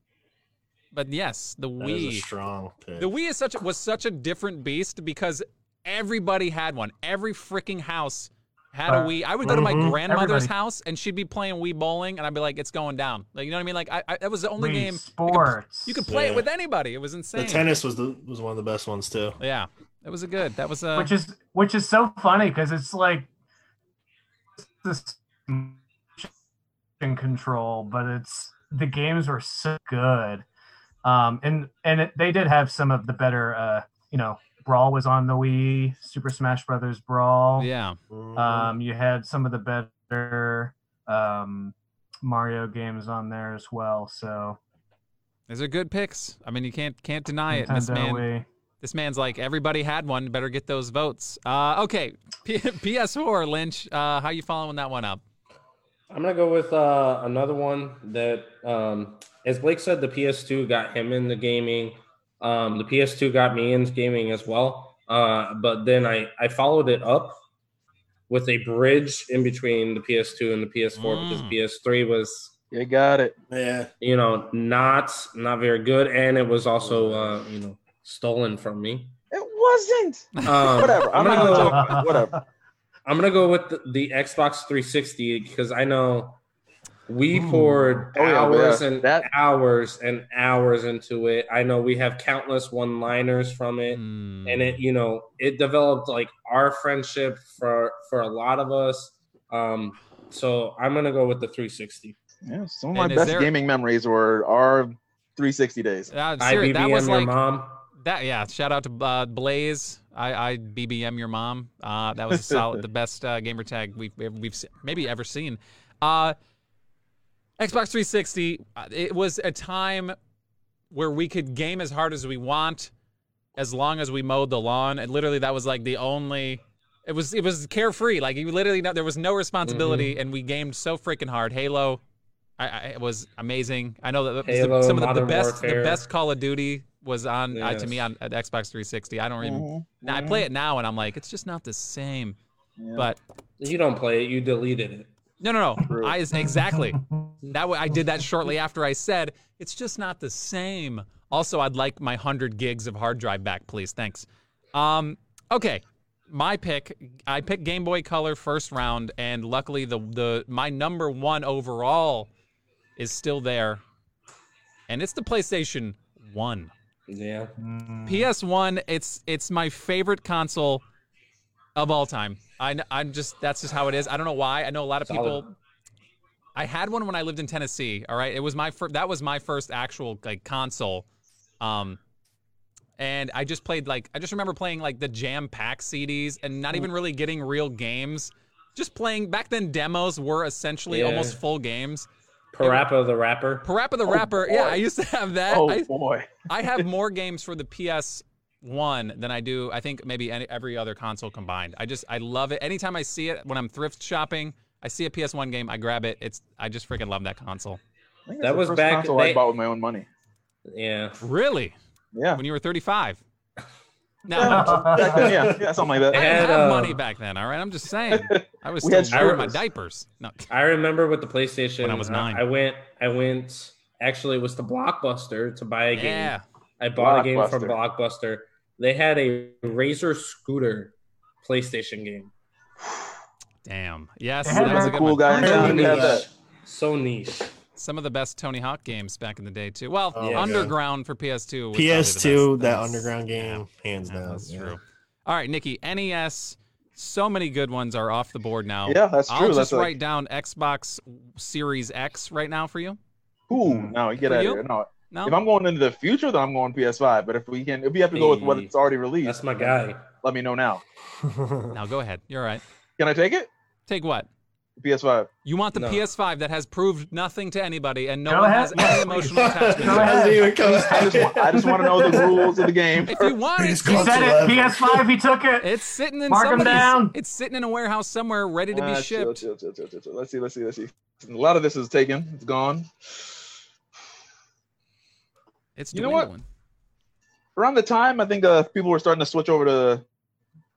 But yes, the That is a Wii. strong pick. The Wii is such a, was such a different beast because everybody had one. Every freaking house had a Uh, Wii. I would go to my mhm. grandmother's Everybody. house and she'd be playing Wii bowling, and I'd be like, "It's going down." Like you know what I mean? Like I, I that was the only Wii game Sports. you could play it Yeah. with anybody. It was The insane. tennis was the was one of the best ones too. yeah, that was a good. That was a which is which is so funny because it's like this motion control, but it's the games were so good, um, and and it, they did have some of the better, uh, you know, Brawl was on the Wii, Super Smash Brothers Brawl. yeah. Hmm. Um, you had some of the better um, Mario games on there as well. So These are good picks. I mean, you can't can't deny it. This Nintendo man, Wii. this man's like everybody had one. Better get those votes. Uh, okay, P- [laughs] PS4 Lynch. Uh, how you following that one up? I'm gonna go with uh, another one that, um, as Blake said, the PS2 got him into gaming. Um, the PS2 got me into gaming as well. Uh, but then I I followed it up with a bridge in between the PS2 and the PS4 Mm. because PS3 was You got it. yeah, you know not not very good and it was also uh, you know stolen from me. [laughs] It wasn't. Oh. Um, Whatever. I'm I'm not gonna even go- talking about it. Whatever. I'm gonna go with the, the Xbox 360 because I know we Ooh. poured Oh, yeah, hours yeah. and That- hours and hours into it. I know we have countless one-liners from Hmm. it, Hmm. and it you know it developed like our friendship for for a lot of us. Um, so I'm gonna go with the 360. Yeah, some And of my is best there- gaming memories were our 360 days. Uh, seri- I that was your like mom. that. Yeah. Shout out to uh, Blaze. I, I BBM your mom. Uh, that was a [laughs] solid, the best uh, gamer tag we've we've se- maybe ever seen. Uh, Xbox 360. uh, It was a time where we could game as hard as we want, as long as we mowed the lawn. And literally, that was like the only. It was it was carefree. Like you literally, no, there was no responsibility, Mm-hmm. and we gamed so freaking hard. Halo, I, I it was amazing. I know that that was the- Halo, some of the- the, Modern best the Warfare. best Call of Duty was on uh, to Yes. me on at Xbox 360. I don't even. Mhm, now, I mhm, play it now, and I'm like, it's just not the same. yeah. But You don't play it. You deleted it. no, no, no. True. I [laughs] exactly. That way, I did that shortly after I said it's just not the same. Also, I'd like my hundred gigs of hard drive back, please. Thanks. Um, okay, my pick. I picked Game Boy Color first round, and luckily the the my number one overall is still there, and it's the PlayStation One. Yeah. Mm. PS1, it's it's my favorite console of all time. I kn- I'm just that's just how it is. I don't know why. I know a lot of Solid. people. I had one when I lived in Tennessee. All right, it was my first. That was my first actual like console, um, and I just played like I just remember playing like the jam pack CDs and Mm. not even really getting real games. Just playing back then, demos were essentially Yeah. almost full games. Parappa the rapper. Parappa the Rapper, yeah, I used to have that. Oh I, boy. I have more games for the PS one than I do, I think maybe any, every other console combined. I just I love it. Anytime I see it when I'm thrift shopping, I see a PS1 game, I grab it. It's I just freaking love that console. I think That that's the was first back- console I they- bought with my own money. Yeah. Really? Yeah. When you were 35? No, yeah, [laughs] back then, yeah, yeah, something like that. I didn't had, have uh, money back then. All right, I'm just saying. I was We still had wearing my strippers. diapers. No, I remember with the PlayStation uh, When I was nine. I went I went actually it was the Blockbuster to buy a game. yeah. I bought a game from Blockbuster. Blockbuster. They had a Razor Scooter PlayStation game. Damn. Yes, They had that was a that good cool one. guy. Yeah, So Yeah, we niche. yeah, that. So niche. Some of the best Tony Hawk games back in the day too. Well, Oh, yeah. Underground for PS2. Was probably the best. PS2, that That's- underground game, hands Yeah, down. that's yeah. true. All right, Nikki, NES. So many good ones are off the board now. Yeah, that's true. I'll that's just like, write down Xbox Series X right now for you. Ooh, no, get For out you? of here. No, No, if I'm going into the future, then I'm going PS5. But if we can, if we have to go with what Hey, it's already released, That's my guy. Let me know now. [laughs] now go ahead. You're all right. Can I take it? Take what PS5. you want the No. PS5 that has proved nothing to anybody and no Go one ahead. has any emotional attachment. Go to it. ahead. Doesn't even come I just, back. want, I just want to know the rules of the game. If you want Please it, go [laughs] He said Whatsoever. it. PS5. He took it. it's sitting in Mark 'em somebody's. down. It's sitting in a warehouse somewhere, ready to be Ah, chill, shipped. chill, chill, chill, chill, chill. Let's see, let's see, let's see. A lot of this is taken. It's gone. It's You know what? dwindling. Around the time, I think uh, people were starting to switch over to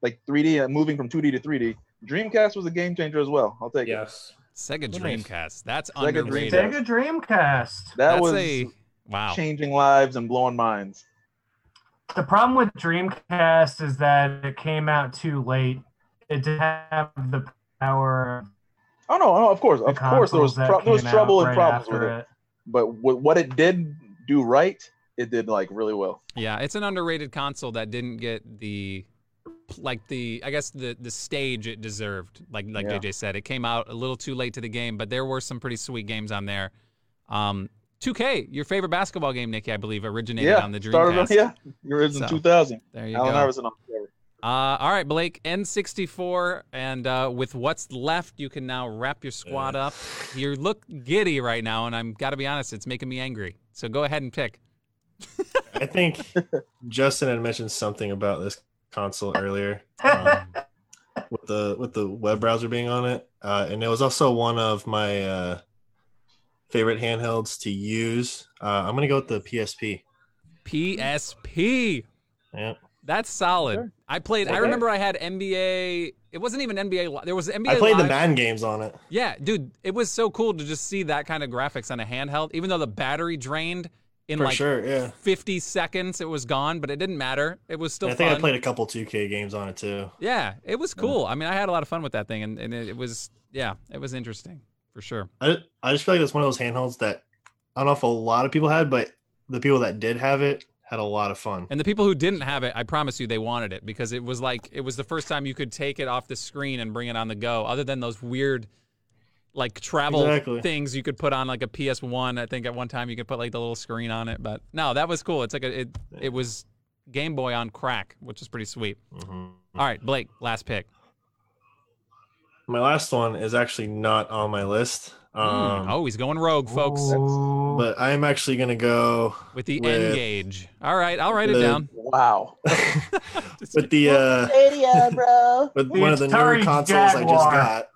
like 3D, uh, moving from 2D to 3D. Dreamcast was a game changer as well. I'll take it. Yes. Sega Nice. Dreamcast. That's Sega underrated. Dreamcast. Sega Dreamcast. That That's was a wow. changing lives and blowing minds. The problem with Dreamcast is that it came out too late. It didn't have the power. Oh no, no, of course, Of the of course, there was consoles that pro- there was came out trouble right and problems after with it. But w- what it did do right, it did like really well. Yeah, it's an underrated console that didn't get the like the I guess the the stage it deserved. Like like Yeah. JJ said, it came out a little too late to the game, but there were some pretty sweet games on there. Um 2K, your favorite basketball game, Nikki, I believe, originated yeah, on the started Dreamcast. on, yeah, you were in So, 2000. There you Alan go. Iverson on the cover. Uh, all right, Blake, N64, and uh, with what's left, you can now wrap your squad up. You look giddy right now, and I'm got to be honest, it's making me angry. So go ahead and pick. I think Justin had mentioned something about this console earlier it. um, with the with the web browser being on it, uh, and it was also one of my uh, favorite handhelds to use. Uh, I'm gonna go with the PSP. PSP. Yeah. That's solid. I played. I Okay. remember I had NBA. It wasn't even NBA. Li- There was NBA. I played the Live. Madden games on it. Yeah, dude, it was so cool to just see that kind of graphics on a handheld. Even though the battery drained in For like sure, yeah. 50 seconds, it was gone, but it didn't matter. It was still. And I think fun. I played a couple 2K games on it too. Yeah, it was cool. I mean, I had a lot of fun with that thing, and, and it, it was yeah, it was interesting for sure. I, I just feel like it's one of those handhelds that I don't know if a lot of people had, but the people that did have it had a lot of fun. And the people who didn't have it, I promise you, they wanted it because it was like it was the first time you could take it off the screen and bring it on the go. Other than those weird, like travel Exactly. things you could put on like a PS One. I think at one time you could put like the little screen on it. But no, that was cool. It's like a, it it was Game Boy on crack, which is pretty sweet. Mhm. All right, Blake, last pick. My last one is actually not on my list, um, Hmm. oh, he's going rogue, folks, Ooh. but I am actually gonna go with the with- N gauge. All right, I'll write it the- down. Wow. [laughs] with the uh, [laughs] with The one of the newer Atari consoles I just Jaguar. got.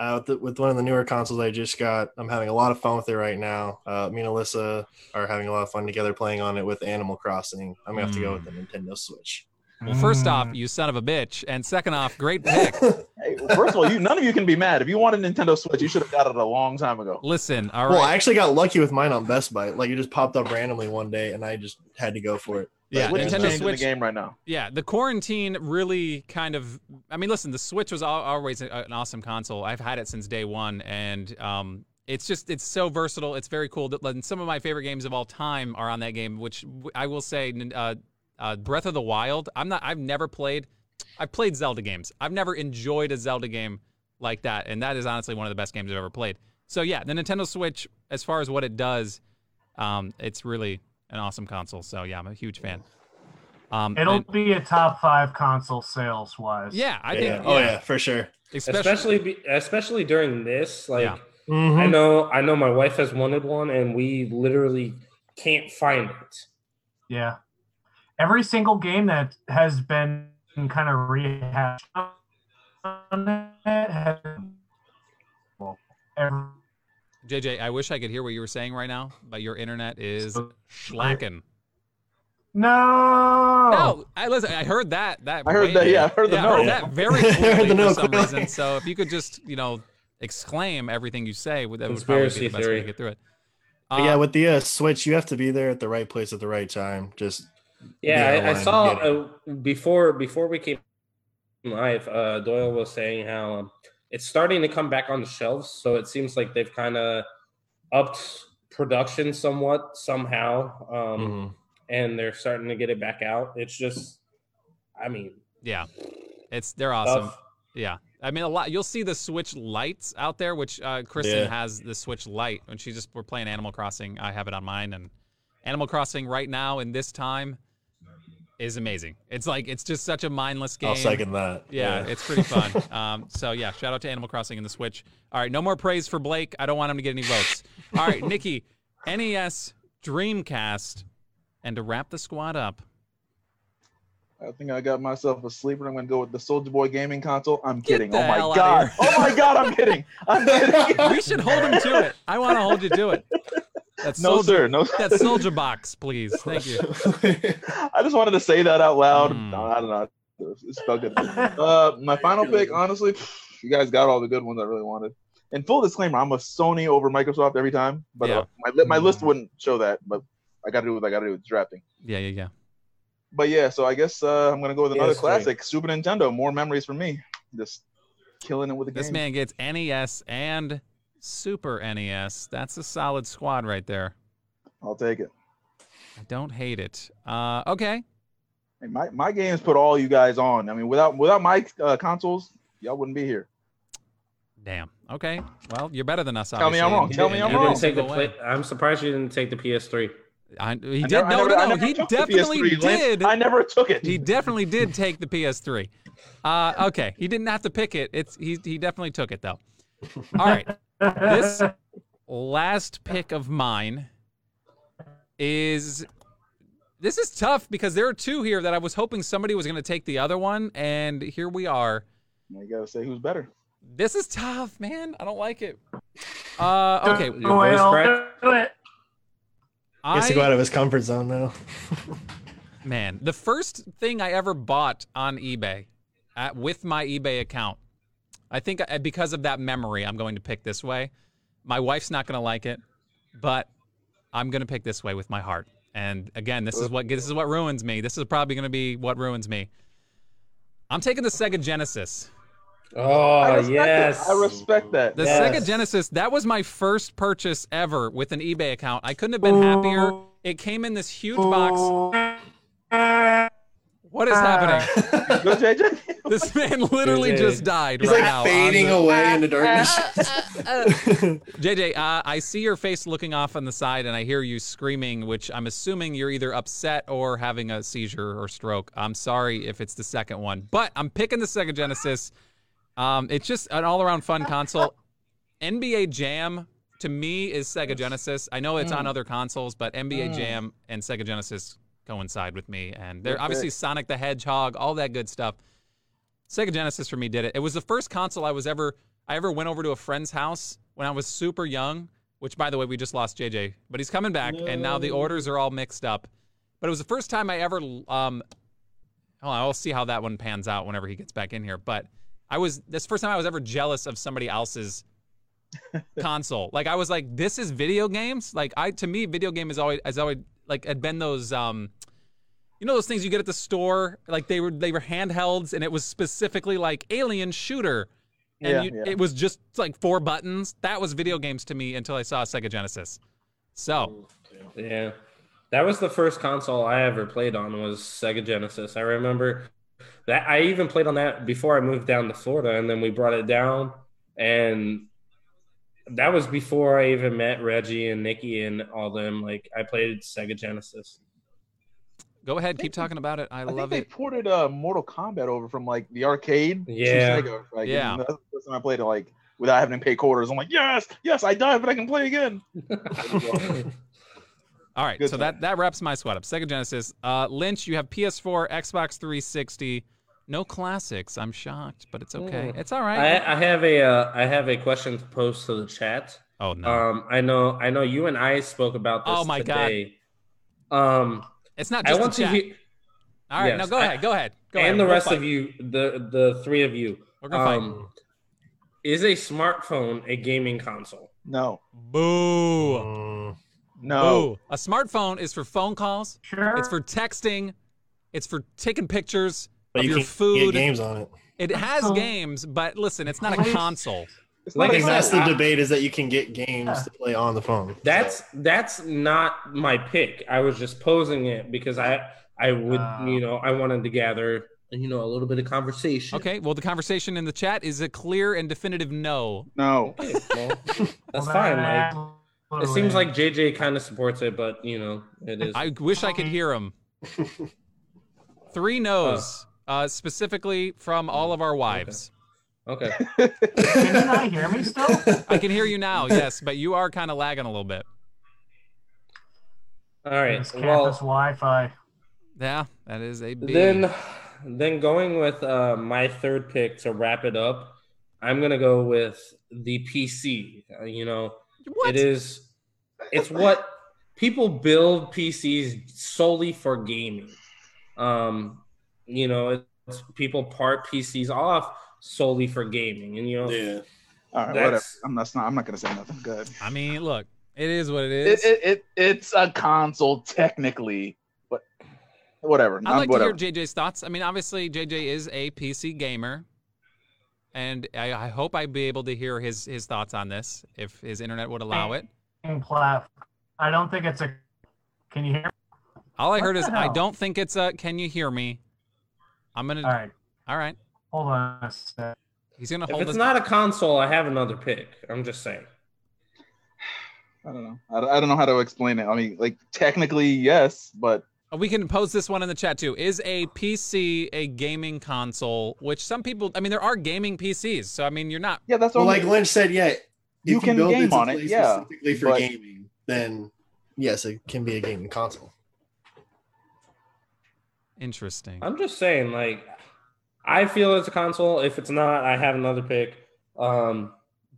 Uh, with, the, with one of the newer consoles I just got, I'm having a lot of fun with it right now. Uh, me and Alyssa are having a lot of fun together playing on it with Animal Crossing. I'm gonna have to go with the Nintendo Switch. Well, first Mm. off, you son of a bitch, and second off, great pick. Hey, well, first of all, you none of you can be mad. If you want a Nintendo Switch, you should have got it a long time ago. Listen, all Well, right, I actually got lucky with mine on Best Buy. Like it just popped up randomly one day, and I just had to go for it. yeah, Which Nintendo is changing the Switch. game right now. Yeah, the quarantine really kind of. I mean, listen, the Switch was al- always a- an awesome console. I've had it since day one, and um, it's just it's so versatile. It's very cool. That and some of my favorite games of all time are on that game. Which w- I will say, nin- uh, uh, Breath of the Wild. I'm not. I've never played. I've played Zelda games. I've never enjoyed a Zelda game like that, and that is honestly one of the best games I've ever played. So yeah, the Nintendo Switch, as far as what it does, um, it's really an awesome console. So yeah, I'm a huge fan. Um, It'll and- be a top five console sales wise. yeah, I yeah. think. Oh yeah, for sure. especially, Especially be, especially during this. Like Yeah. Mm-hmm. I know I know my wife has wanted one and we literally can't find it. Yeah. every single game that has been kind of rehashed on it has every JJ, I wish I could hear what you were saying right now, but your internet is slacking. no. No, I listen. I heard that. That I heard way- that. Yeah, I heard the Yeah, no. I heard that very I heard clearly the for no some clearly. reason. So if you could just, you know, exclaim everything you say, would- that would probably be the Conspiracy best way theory. to get through it. Um, But yeah, with the uh, Switch, you have to be there at the right place at the right time. Just Yeah, Yeah, I, I well, saw yeah. uh, before before we came live. Uh, Doyle was saying how um, it's starting to come back on the shelves, so it seems like they've kind of upped production somewhat somehow, um, mhm. and they're starting to get it back out. It's just, I mean, Yeah, it's they're awesome. tough. Yeah. I mean, a lot. You'll see the Switch lights out there, which uh, Kristen Yeah. has the Switch light. When she just we're playing Animal Crossing, I have it on mine, and Animal Crossing right now in this time is amazing. It's like it's just such a mindless game. I'll second that. Yeah, it's pretty [laughs] fun. um, so yeah, shout out to Animal Crossing and the Switch. All right, no more praise for Blake. I don't want him to get any votes. All right, [laughs] Nikki, NES, Dreamcast, and to wrap the squad up. I think I got myself a sleeper. I'm gonna go with the Soldier Boy gaming console. I'm Get kidding. the Oh my hell outta god. here. Oh my god. I'm kidding. [laughs] I'm kidding. We should hold him to it. I want to hold you to it. That's no Soldier- sir. No. That soldier box, please. Thank you. I just wanted to say that out loud. Mm. No, I don't know. It's felt good. Uh, my final pick, honestly, you guys got all the good ones I really wanted. And full disclaimer, I'm a Sony over Microsoft every time, but Yeah. uh, my li- my list wouldn't show that. But I got to do what I got to do with drafting. Yeah, yeah, yeah. But yeah, so I guess uh, I'm gonna go with another PS3. classic, Super Nintendo. More memories for me. Just killing it with the This game. man gets NES and Super NES. That's a solid squad right there. I'll take it. I don't hate it. Uh, okay. Hey, my my games put all you guys on. I mean, without without my uh, consoles, y'all wouldn't be here. Damn. Okay. Well, you're better than us. Tell me Obviously. I'm wrong. in- Tell in me I'm You every wrong. didn't take the single way. play- I'm surprised you didn't take the PS3. I, he I did. never- I no, never- I no, no. never He took the definitely PS3, Lance. did. I never took it. He definitely did take the PS3. Uh, okay. He didn't have to pick it. It's he. He definitely took it though. All right. [laughs] This- last pick of mine is this is tough because there are two here that I was hoping somebody was going to take the other one, and here we are. You gotta say who's better. This is tough, man. I don't like it. Uh, okay, your voice Well, cracked? do it. He has to go I out of his comfort zone [laughs] now. man, the first thing I ever bought on eBay uh, with my eBay account. I think I, because of that memory, I'm going to pick this way. My wife's not going to like it, but I'm going to pick this way with my heart. And again, this is what this is what ruins me. This is probably going to be what ruins me. I'm taking the Sega Genesis. Oh respect yes, It. I respect that. The Yes. Sega Genesis, that was my first purchase ever with an eBay account. I couldn't have been happier. It came in this huge box. What is happening? [laughs] Go, JJ. This man literally JJ. just died right now. on the- away [laughs] into darkness. [laughs] JJ, uh, I see your face looking off on the side, and I hear you screaming, which I'm assuming you're either upset or having a seizure or stroke. I'm sorry if it's the second one, but I'm picking the Sega Genesis. Um, it's just an all-around fun console. NBA Jam to me is Sega Genesis. I know it's on other consoles, but NBA Mm. Jam and Sega Genesis coincide with me, and Good they're obviously pick. Sonic the Hedgehog, all that good stuff. Sega Genesis for me did it. It was the first console I was ever I ever went over to a friend's house when I was super young, which by the way we just lost JJ, but he's coming back and now the orders are all mixed up. But it was the first time I ever um oh, I'll see how that one pans out whenever he gets back in here, but I was this first time I was ever jealous of somebody [laughs] else's console. Like I was like this is video games? Like I to me video game is always has always like had been those um you know those things you get at the store like they were they were handhelds and it was specifically like alien shooter and Yeah, you, yeah. it was just like four buttons that was video games to me until i saw sega genesis so Yeah. That was the first console I ever played on was Sega Genesis. I remember that I even played on that before I moved down to Florida and then we brought it down and that was before I even met Reggie and Nikki and all them. Like I played Sega Genesis. [laughs] go ahead keep talking about it i, I think love they it ported uh, Mortal Kombat over from like the arcade Yeah. to Sega. Like, Yeah. and That's the first time I played it like without having to pay quarters. I'm like, yes, yes, I died, but I can play again. All right, Good so time. that, that wraps my squad up. Sega Genesis. Uh, Lynch, you have PS4, Xbox 360. No classics. I'm shocked, but it's okay. Mm. It's all right. I, I have a uh, I have a question to post to the chat. oh no, Um, I know I know you and I spoke about this. Oh my God. today. Um, it's not I just want the to chat. hear all right, no, yes, go I- ahead, go ahead, go ahead. and the We'll rest fight. of you, the the three of you. We're gonna fight. Um, is a smartphone a gaming console? No, Boo. Mm, Oh. no. Boo. A smartphone is for phone calls. Sure. It's for texting. It's for taking pictures. but Of you your can't food. get games on it. It has Oh. games, but listen, it's not a Please. console. It's not I Like, a think that's console. the debate is that you can get games to play on the phone. That's that's not my pick. I was just posing it because I I would Wow. you know I wanted to gather you know a little bit of conversation. Okay, well, the conversation in the chat is a clear and definitive no. no. Okay, [laughs] well, that's Well, uh, fine. Like, that- it seems like JJ kind of supports it, but you know it is. I wish I could hear him. Three no's, uh, specifically from all of our wives. okay. [laughs] Can you not hear [laughs] me still? I can hear you now, yes, but you are kind of lagging a little bit. All right. This Well, campus Wi-Fi. Yeah, that is a B. Then, then going with uh, my third pick to wrap it up, I'm gonna go with the PC. Uh, you know, what? it is, it's what people build PCs solely for gaming. Um, you know, it's people part PCs off solely for gaming, and you know, Yeah. All right, whatever. That's- I'm not. it's not- I'm not gonna say nothing. Good. I mean, look, it is what it is. It, it, it it's a console technically, but whatever. I'd I'm- like whatever. to hear JJ's thoughts. I mean, obviously, JJ is a PC gamer, and I, I hope I'd be able to hear his his thoughts on this if his internet would allow it. Platform. I don't think it's a. Can you hear? me? All I What heard is the I hell? don't think it's a. Can you hear me? I'm gonna. All right, all right. hold on. A sec. He's gonna if hold it's us. not a console, I have another pick. I'm just saying. I don't know. I, don't- I don't know how to explain it. I mean, like technically yes, but Uh, we can pose this one in the chat too. Is a PC a gaming console? Which some people. I mean, there are gaming PCs. So I mean, you're not. yeah, that's what Well, I'm- like Lynch said, yeah, if You can build game to on it, play yeah, Specifically for but- gaming, then yes, it can be a gaming console. Interesting. I'm just saying, like, I feel it's a console. If it's not, I have another pick. Um,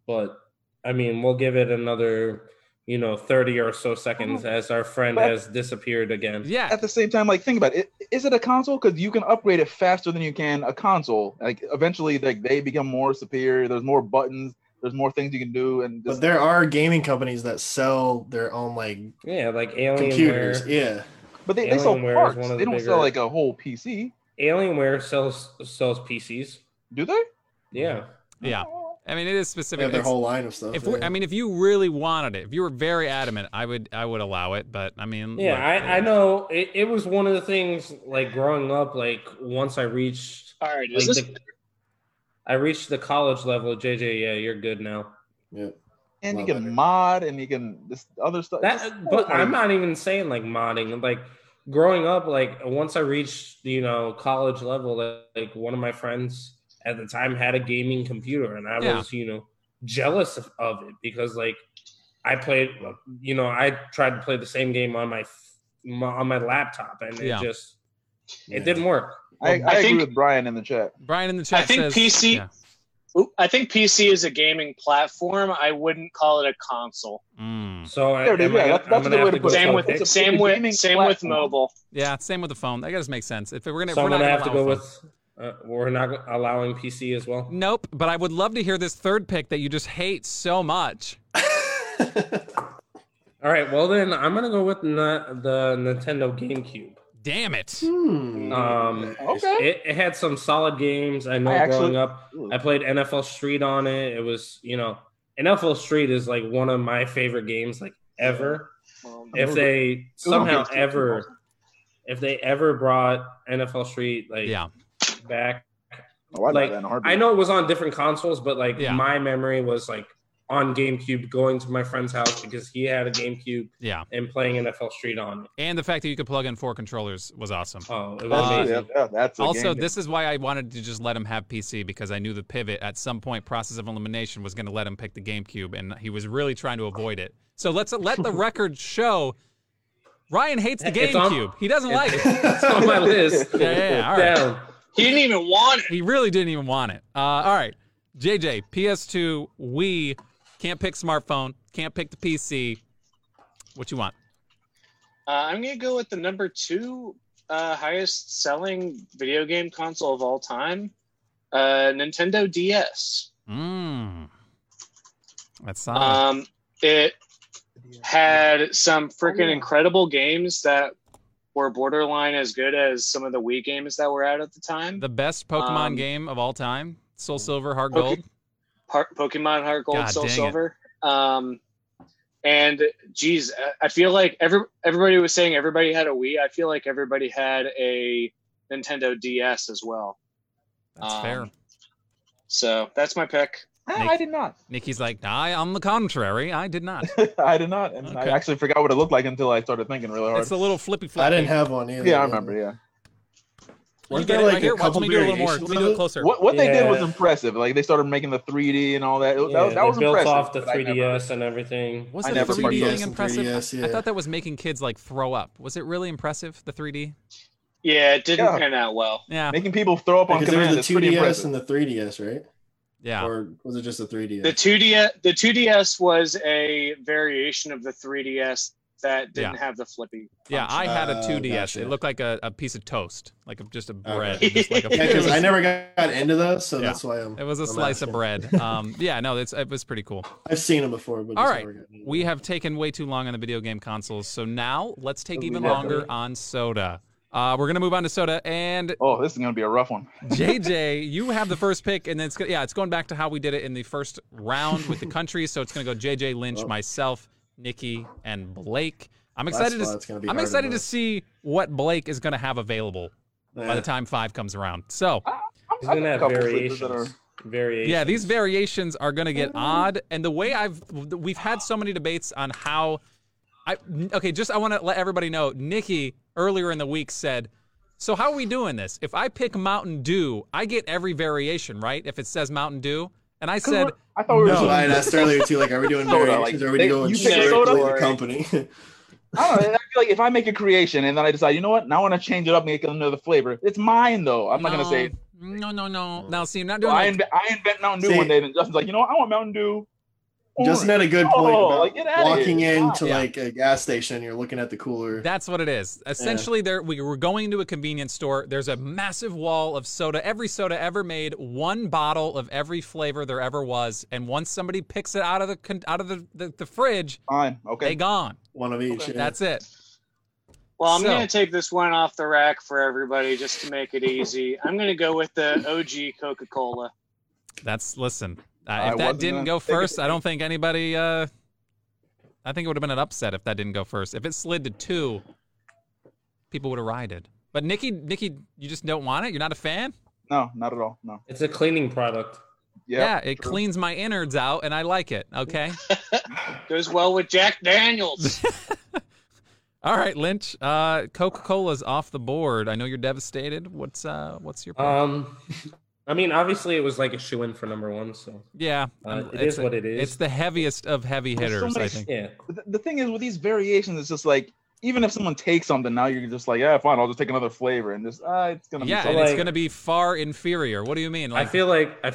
but I mean, we'll give it another, you know, 30 or so seconds as our friend But- has disappeared again. Oh. yeah. at the same time, like think about it. I- Is it a console? Because you can upgrade it faster than you can a console. Like eventually, like they become more superior. There's more buttons. There's more things you can do, and But just, there are gaming companies that sell their own like Yeah, like computers. Alienware. Yeah. but they, they sell Alienware is parts. one of They the don't bigger- sell like a whole PC, Alienware sells sells PCs. do they? Uh, Yeah. Yeah. I mean, it is specific. They have their It's- whole line of stuff. If we, yeah. I mean, if you really wanted it, if you were very adamant, I would, I would allow it. But I mean, Yeah, look, I, I know it, it was one of the things like growing up, like once I reached All right, like is this the, I reached the college level, JJ, yeah, you're good now. Yeah. And you Love can it. mod, and you can this other stuff. It's That, uh, just- but I'm not even saying like modding. Like growing up, like once I reached you know college level, like, like, one of my friends at the time had a gaming computer, and I Yeah. was you know jealous of, of it because like I played, you know, I tried to play the same game on my f- my- on my laptop, and it Yeah. just Yeah. it didn't work. I, I, I agree think- with Brian in the chat. Brian in the chat I think says, PC Yeah. I think PC is a gaming platform. I wouldn't call it a console. Mm. So I, There it is, am I yeah, gonna- that's- that's I'm gonna the way have to put to go. it. Same for with a pick. It's a same with gaming same with platform. mobile. Yeah, same with the phone. That does make sense. If we're gonna, if So we're I'm not gonna have to allow go a phone- with. Uh, we're not allowing PC as well. Nope. But I would love to hear this third pick that you just hate so much. All right, well then I'm gonna go with na- the Nintendo GameCube. Damn it. Mm. [laughs] Hmm. Um, Okay. it, it had some solid games. I know I actually- growing up, I played NFL Street on it. It was, you know, NFL Street is like one of my favorite games, like ever. If they somehow PS2 ever, if they ever brought NFL Street like Yeah. back, Oh, I, like, that in a heartbeat. I know it was on different consoles, but like Yeah. my memory was like on GameCube, going to my friend's house because he had a GameCube Yeah. and playing NFL Street on it. And the fact that you could plug in four controllers was awesome. Oh, it was Uh, That's, amazing. yeah, yeah, that's a also, game. this is why I wanted to just let him have PC because I knew the pivot at some point, process of elimination, was going to let him uh, pick the GameCube, and he was really trying to avoid it. So let's let the record show Ryan hates the It's on- GameCube. He doesn't like it. [laughs] It's on my list. Yeah, yeah, yeah. All right. Down. He didn't even want it. He really didn't even want it. Uh, all right, JJ, PS2, Wii, can't pick smartphone, can't pick the PC. What you want? Uh, I'm gonna go with the number two uh, highest selling video game console of all time, uh, Nintendo DS. Mmm. That's uh, solid. Um, it had some freaking incredible games that were borderline as good as some of the Wii games that were out at the time. the best Pokemon um, game of all time: Soul Silver, Heart Poke- Gold. Par- Pokemon Heart Gold, God Soul dang it. Silver. Um, and geez, I- I feel like every everybody was saying everybody had a Wii. I feel like everybody had a Nintendo DS as well. That's um, fair. So that's my pick. I, I did not. [laughs] Nikki's like, nah, on the contrary, I [laughs] did not. I did not, and I Okay. actually forgot what it looked like until I started thinking really hard. It's a little flippy floppy. I didn't have one either. yeah, I remember. Yeah, You Weren't get there it like right here. a Watch couple me do it a little more. Let variations me of do it it? closer. what what they did was Yeah. impressive. Like they started making the 3D and all that. It- Yeah, that, that was they built impressive. off the but I never- 3DS and everything. Was I the never 3D played thing DS and impressive? 3DS, I yeah. thought that was making kids like throw up. Was it really impressive? The 3D? Yeah, it didn't Yeah. pan out well. Yeah, Making people throw up on Because there command was is the pretty 2DS impressive. and the 3DS, right? yeah. Or was it just the 3DS? The two D the two DS was a variation of the three DS that didn't have the flippy. Yeah, I function. had a Oh, 2DS. It gotcha. looked like a, a piece of toast, like a, just a bread. Okay. [laughs] just like a- yeah, it, was, because I never got into those, so Yeah. that's why I'm. it was a I'm slice of asking. bread. Um, yeah, no, it's, it was pretty cool. I've seen them before, but All just right. never got into We them. have taken way too long on the video game consoles, so now let's take We even definitely- longer on soda. Uh, we're gonna move on to soda, and Oh, this is gonna be a rough one. JJ, you have the first pick, and then it's go- yeah, it's going back to how we did it in the first round with the countries. So it's gonna go JJ Lynch, Well. [laughs] Oh, uh,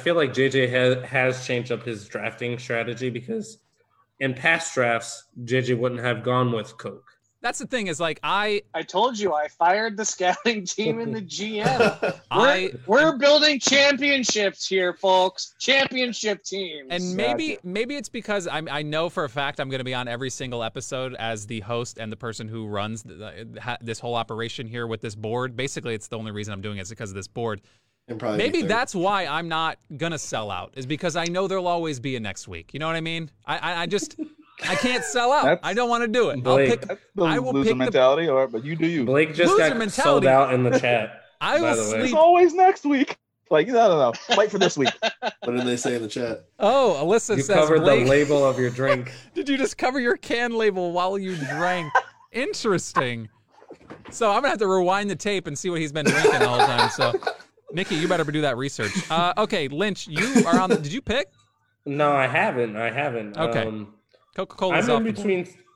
uh, uh, Um, Oh, Uh, "Ah, [laughs] [laughs] Uh, Um, uh, [laughs] [laughs] Um,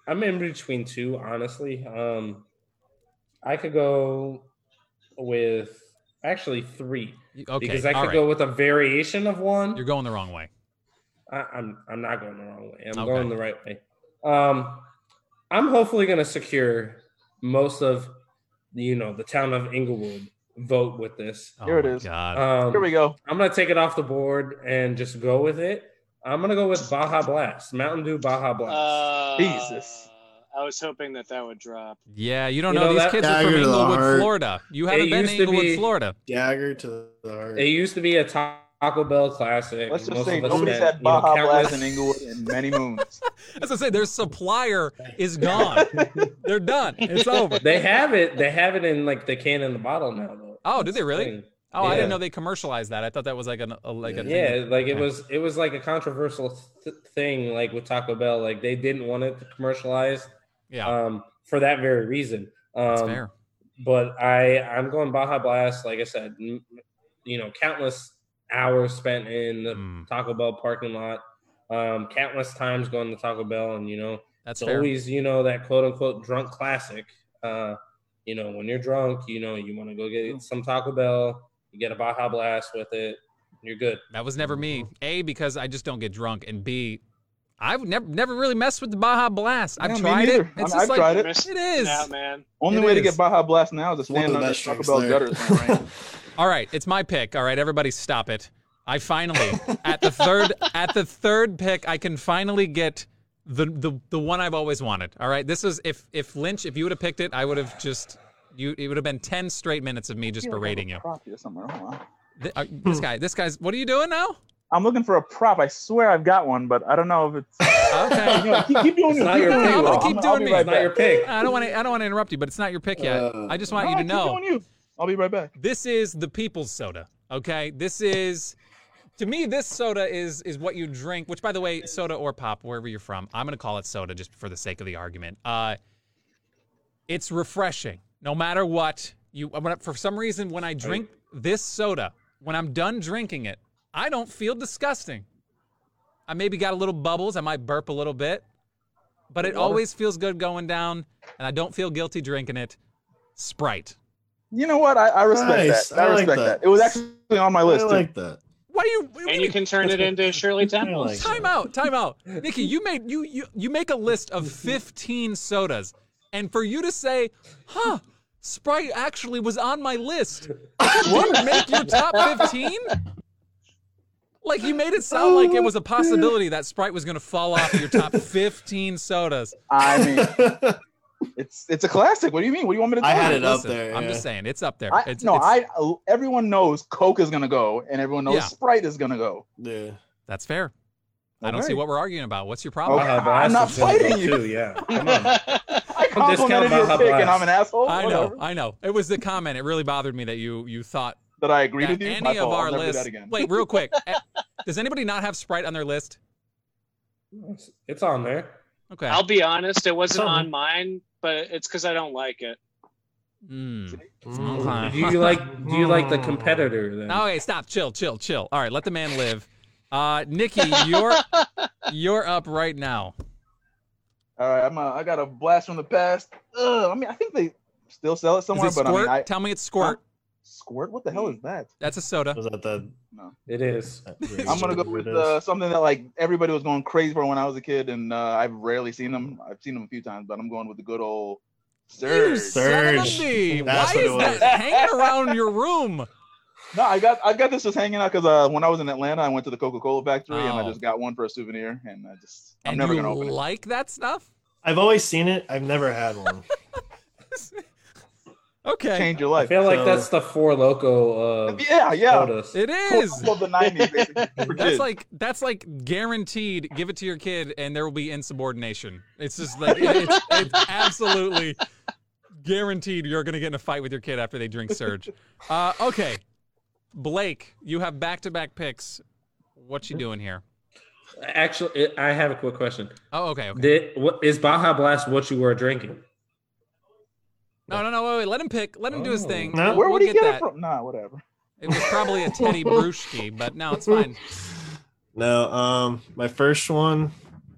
I'm in between two, honestly. Um, I could go with actually three You- Okay, because I all could right. go with a variation of one. You're going the wrong way. I, I'm I'm not going the wrong way. I'm Okay. going the right way. Um, I'm hopefully going to secure most of you know the town of Inglewood vote with this. Oh Here it my is. God. Um, Here we go. I'm going to take it off the board and just go with it. I'm going to go with Baja Blast, Mountain Dew Baja Blast. Uh, Jesus. I was hoping that that would drop. yeah, you don't you know, know these that- kids are from Dagger to the Inglewood, heart. Florida. You haven't been used to to Inglewood, be- Florida. Dagger to the heart. It used to be a Ta- Taco Bell classic. Let's just Most say of us nobody's spent, had you know, Baja countless- Blast in Inglewood in [laughs] many moons. As I say, their supplier is [laughs] gone. They're done. It's over. They have it. They have it in like the can and the bottle now. Though. Oh, do they the really? thing. Oh, I didn't Yeah. know they commercialized that. I thought that was like an a, like a thing that- Yeah, like it Okay. was. It was like a controversial th- thing, like with Taco Bell. Like they didn't want it commercialized. yeah. Um, for that very reason. Um, that's fair. but I I'm going Baja Blast. Like I said, m- you know, countless hours spent in the Mm, Taco Bell parking lot. Um, countless times going to Taco Bell, and you know, that's it's fair. always you know that quote unquote drunk classic. Uh, you know, when you're drunk, you know you want to go get some Taco Bell. You get a Baja Blast with it. You're good. That was never me. A because I just don't get drunk, and B, I've never never really messed with the Baja Blast. I've Yeah, me tried it. neither. It's just I- I've like tried it. Missed it is. out, man. Only It way to is. get Baja Blast now is to One of stand the on the best Taco drinks Bell there. gutters. am [laughs] I right? All right, it's my pick. All right, everybody, stop it. I finally at the third at the third pick, I can finally get the the the one I've always wanted. All right, this is if if Lynch, if you would have picked it, I would have just you. It would have been ten straight minutes of me just I feel like I have berating a you. prop here somewhere. Hold on. Th- uh, This guy, this guy's. What are you doing now? I'm looking for a prop. I swear I've got one, but I don't know if it's. Okay. [laughs] Anyway, keep, keep doing It's your not your thing. pick. I'm gonna keep I'll doing be me. right It's not your back. pick. I don't want to. I don't want to interrupt you, but it's not your pick yet. Uh, I just want No, you to keep know. doing you. I'll be right back. this is the people's soda okay this is to me this soda is is what you drink which by the way soda or pop wherever you're from i'm gonna call it soda just for the sake of the argument uh it's refreshing no matter what you when I- for some reason when i drink this soda when i'm done drinking it i don't feel disgusting i maybe got a little bubbles i might burp a little bit but it always feels good going down and i don't feel guilty drinking it sprite You know what? I, I respect Nice. that. I, I like respect that. that. It was actually on my I list. like that. what do you what do And you can turn it [laughs] into Shirley Temple. like [laughs] Time out, time out. Nikki, you made you, you you make a list of 15 sodas. And for you to say, huh, Sprite actually was on my list. What make your top 15? Like you made it sound like it was a possibility that Sprite was gonna fall off your top 15 sodas. too. I mean, [laughs] it's it's a classic. What do you mean? What do you want me to do? I had it up Listen, there. I'm yeah. just saying, it's up there. I, it's, no, it's- I. Everyone knows Coke is gonna go, and everyone knows Yeah. Sprite is gonna go. Yeah. that's fair. I don't Okay. [laughs] see what we're arguing about. What's your problem? Okay. Baja Blast I'm not is gonna go fighting you. [laughs] Too, yeah. Come on. I discount complimented your Baja pick, and Blast. I'm an asshole. I Whatever. know, I know. It was the comment. It really bothered me that you you thought That I agreed that with you. any My of fault. our I'll never do lists. that again. Wait, real quick. Eh, Does anybody not have Sprite on their list? It's on there. Okay. [laughs] I'll be honest, it wasn't Something. on mine, but it's because I don't like it. Mm. Mm. Do you like? Do you like the Hmm. competitor then? Okay, stop. Chill, chill, chill. All right, let the man live. Uh, Nikki, you're [laughs] you're up right now. All right, I'm a, I got a blast from the past. Ugh, I mean, I think they still sell it Is somewhere, it but squirt? I mean, I, Tell me it's squirt. squirt. What the hell is that? That's a soda. Was that the? It is. [laughs] [laughs] I'm gonna go with uh, something that like everybody was going crazy for when I was a kid, and uh, I've rarely seen them. I've seen them a few times, but I'm going with the good old You Surge. son of a Surge. bee. Why That's what it is was. that hanging around your room? No, I got I got this just hanging out because uh, when I was in Atlanta, I went to the Coca-Cola factory, and Oh. I just got one for a souvenir, and I just I'm and never you gonna open it. like that stuff? I've always seen it. I've never had one. [laughs] Okay. Change your I life. feel like So- that's the four uh, loco of Yeah, yeah. sodas. It is. Coca-Cola of the [laughs] '90s, basically. for That's kids. like that's like guaranteed. Give it to your kid, and there will be insubordination. It's just like it- it's, it's absolutely guaranteed. You're gonna get in a fight with your kid after they drink Surge. Uh, okay, Blake, you have back-to-back picks. What you doing here? Actually, it- I have a quick question. Oh, okay, okay. Did, what is Baja Blast what you were drinking? No, no, no. Wait, wait. Let him pick. Let him do his Oh. thing. No? We'll- where would we'll he get, that. it from? Nah, whatever. It was probably a [laughs] Teddy Bruschi, but no, it's fine. No, um, my first one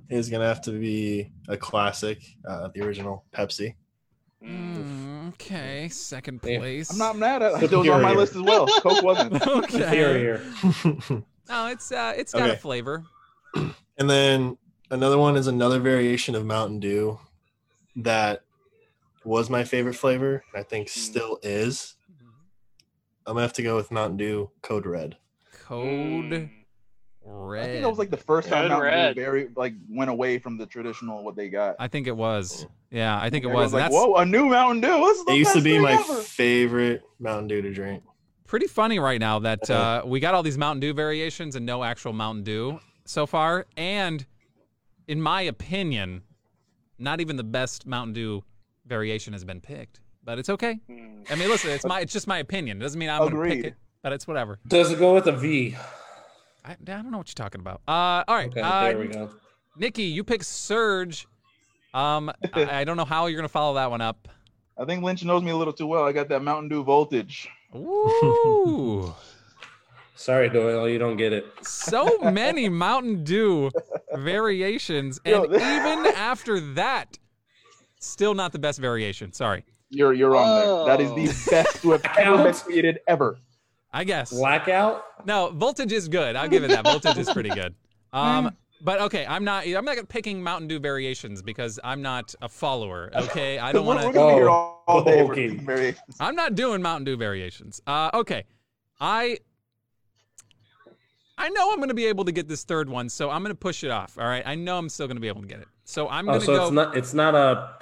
is gonna have to be a classic, uh, the original Pepsi. [laughs] Mm, okay, second Yeah. place. I'm not mad at it. It was on my Superior. list as well. Coke wasn't. [laughs] okay. Superior. No, it's uh, it's got a Okay. flavor. and then another one is another variation of Mountain Dew that was my favorite flavor. I think Mm-hmm. still is. I'm gonna have to go with Mountain Dew Code Red. Code red. I think that was like the first time Code Mountain Red. Dew very like went away from the traditional what they got. I think it was. Yeah, I think it Everyone's was. And like, That's whoa, a new Mountain Dew. This is the It used to best be thing my ever." favorite Mountain Dew to drink. pretty funny right now that uh, Uh-huh. we got all these Mountain Dew variations and no actual Mountain Dew so far. And in my opinion, not even the best Mountain Dew variation has been picked. But it's okay. I mean, listen, it's my it's just my opinion. It doesn't mean I'm going to pick Hmm. Agreed. it, but it's whatever. Does it go with a V? I, I don't know what you're talking about. Uh, all right, Okay, uh, there we go. Nikki, you pick Surge. [laughs] Um, I, I don't know how you're going to follow that one up. I think Lynch knows me a little too well. I got that Mountain Dew voltage. Ooh. Sorry, Doyle, you don't get it. so many Mountain Dew variations, and Yo, this- even after that, still not the best variation. Sorry, You're you're wrong there. That is Oh. the best to have ever been created ever. I guess. Blackout? No, voltage is good. I'll give it that. Voltage is pretty good. Um, but okay, I'm not. I'm not picking Mountain Dew variations because I'm not a follower. Okay, I don't we're, want we're to. gonna be here Oh, all, all day. for okay. very- I'm not doing Mountain Dew variations. Uh, okay, I I know I'm going to be able to get this third one, so I'm going to push it off. All right, I know I'm still going to be able to get it. So I'm going Oh, to so go. it's not it's not a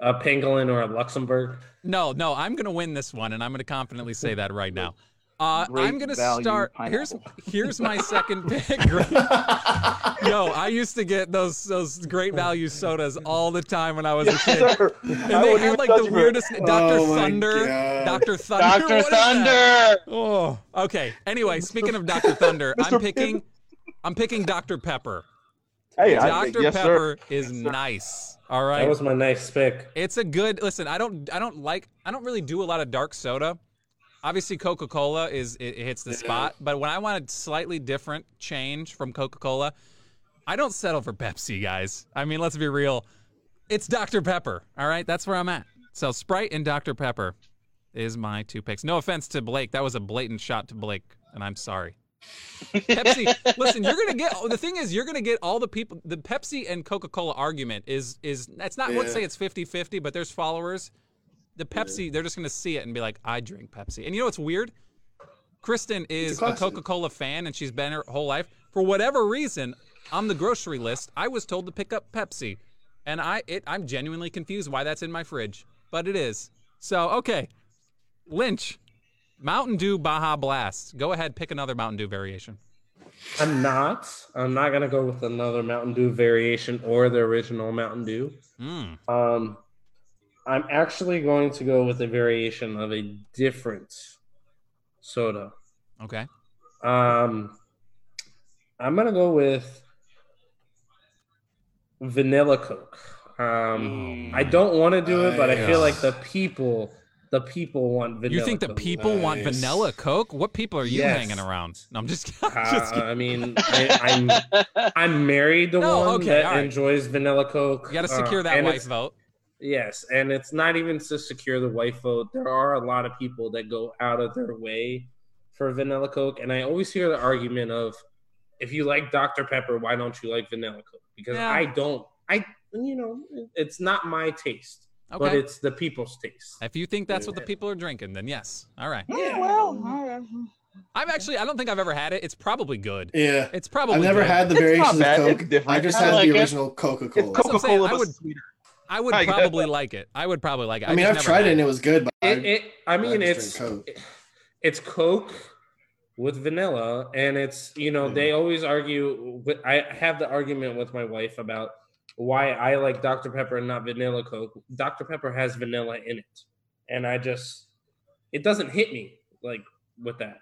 a pangolin or a Luxembourg. no, no, I'm going to win this one, and I'm going to confidently say that right [laughs] now. Uh, Great I'm going to value start. Here's [laughs] here's my second pick. [laughs] Great- Yo, I used to get those those great value sodas all the time when I was a Yes, kid. sir. And they had like the weirdest Dr. Oh my Thunder. God. Dr. Thunder. Doctor what is that? Thunder. Oh, okay. Anyway, speaking of Dr. Thunder, [laughs] I'm Mr. picking I'm picking Dr. Pepper. Hey, I think, Dr. yes, sir. Pepper is nice. All right. That was my nice pick. it's a good listen, I don't I don't like I don't really do a lot of dark soda. Obviously Coca-Cola is it, it hits the spot, but when I want a slightly different change from Coca-Cola, I don't settle for Pepsi, guys. I mean, let's be real. It's Dr. Pepper. All right, that's where I'm at. So Sprite and Dr. Pepper is my two picks. No offense to Blake. That was a blatant shot to Blake, and I'm sorry. Pepsi, listen, you're gonna get the thing is you're gonna get all the people the Pepsi and Coca-Cola argument is is that's not I wouldn't Yeah. say it's 50-50, but there's followers. The Pepsi, they're just gonna see it and be like, I drink Pepsi. And you know what's weird? Kristen is a, classic. Coca-Cola fan and she's been her whole life. For whatever reason, on the grocery list, I was told to pick up Pepsi. And I it I'm genuinely confused why that's in my fridge, but it is. So, okay. Lynch, Mountain Dew Baja Blast. Go ahead, pick another Mountain Dew variation. I'm not. I'm not gonna go with another Mountain Dew variation or the original Mountain Dew. Mm. Um, I'm actually going to go with a variation of a different soda. Okay. Um, I'm gonna go with vanilla Coke. Um, I don't want to do it, but I feel like the people, the people want vanilla. you think the Coke. people want Nice. vanilla Coke? What people are you Yes. hanging around? No, I'm just, [laughs] Uh, I'm just kidding. I mean, I, I'm [laughs] I'm married to No, one okay, that all right. enjoys vanilla Coke. You got to Uh, secure that and wife it's- vote. Yes, and it's not even to secure the wife vote. There are a lot of people that go out of their way for vanilla Coke, and I always hear the argument of, if you like Dr Pepper, why don't you like vanilla Coke? Because Yeah. I don't. I you know, it's not my taste, but Okay. it's the people's taste. If you think that's what the people are drinking, then yes. All right. Yeah, Hmm, well, all right. I've actually, I don't think I've ever had it. It's probably good. Yeah, It's probably I've never good. had the It's not variations of bad, Coke. it's different. I just I had like the it. original Coca It's Cola. I'm saying, Coca-Cola, I but would- sweeter. I [laughs] would I guess. probably like it. I would probably like it. I mean, I've just never tried had it and it was good, but It, I, it, I mean, I just it's drink Coke. it- it's Coke with vanilla, and it's you know they Mm-hmm. always argue. With, I have the argument with my wife about why I like Dr Pepper and not vanilla Coke. Dr Pepper has vanilla in it, and I just it doesn't hit me like with that.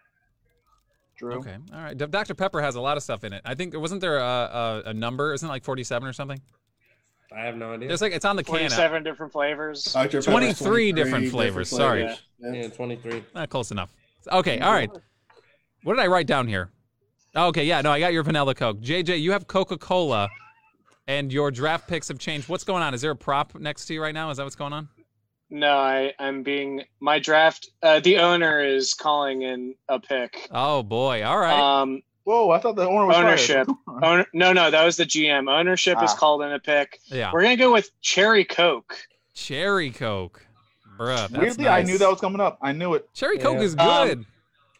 True. Okay. All right. D- Dr. Pepper has a lot of stuff in it. I think, wasn't there a, a, a number? Isn't it like 47 or something? I have no idea. There's like, it's on the can. out. Twenty-seven different flavors. Dr. Pepper's 23 different flavors, sorry. flavors. yeah, twenty three. Not Uh, close enough. Okay. All right. What did I write down here? Okay. Yeah. No, I got your vanilla Coke. JJ, you have Coca Cola. and your draft picks have changed. What's going on? Is there a prop next to you right now? Is that what's going on? No, I, I'm being my draft. Uh, the owner is calling in a pick. Oh boy! All Uh, right. Um, Whoa, I thought the owner was fired. Ownership. owner, no, no, that was the GM. Ownership is Ah. called in a pick. yeah. We're gonna go with Cherry Coke. Cherry Coke, bruh. That's Weirdly, I nice. knew that was coming up. I knew it. Cherry Coke Yeah. is Um, good.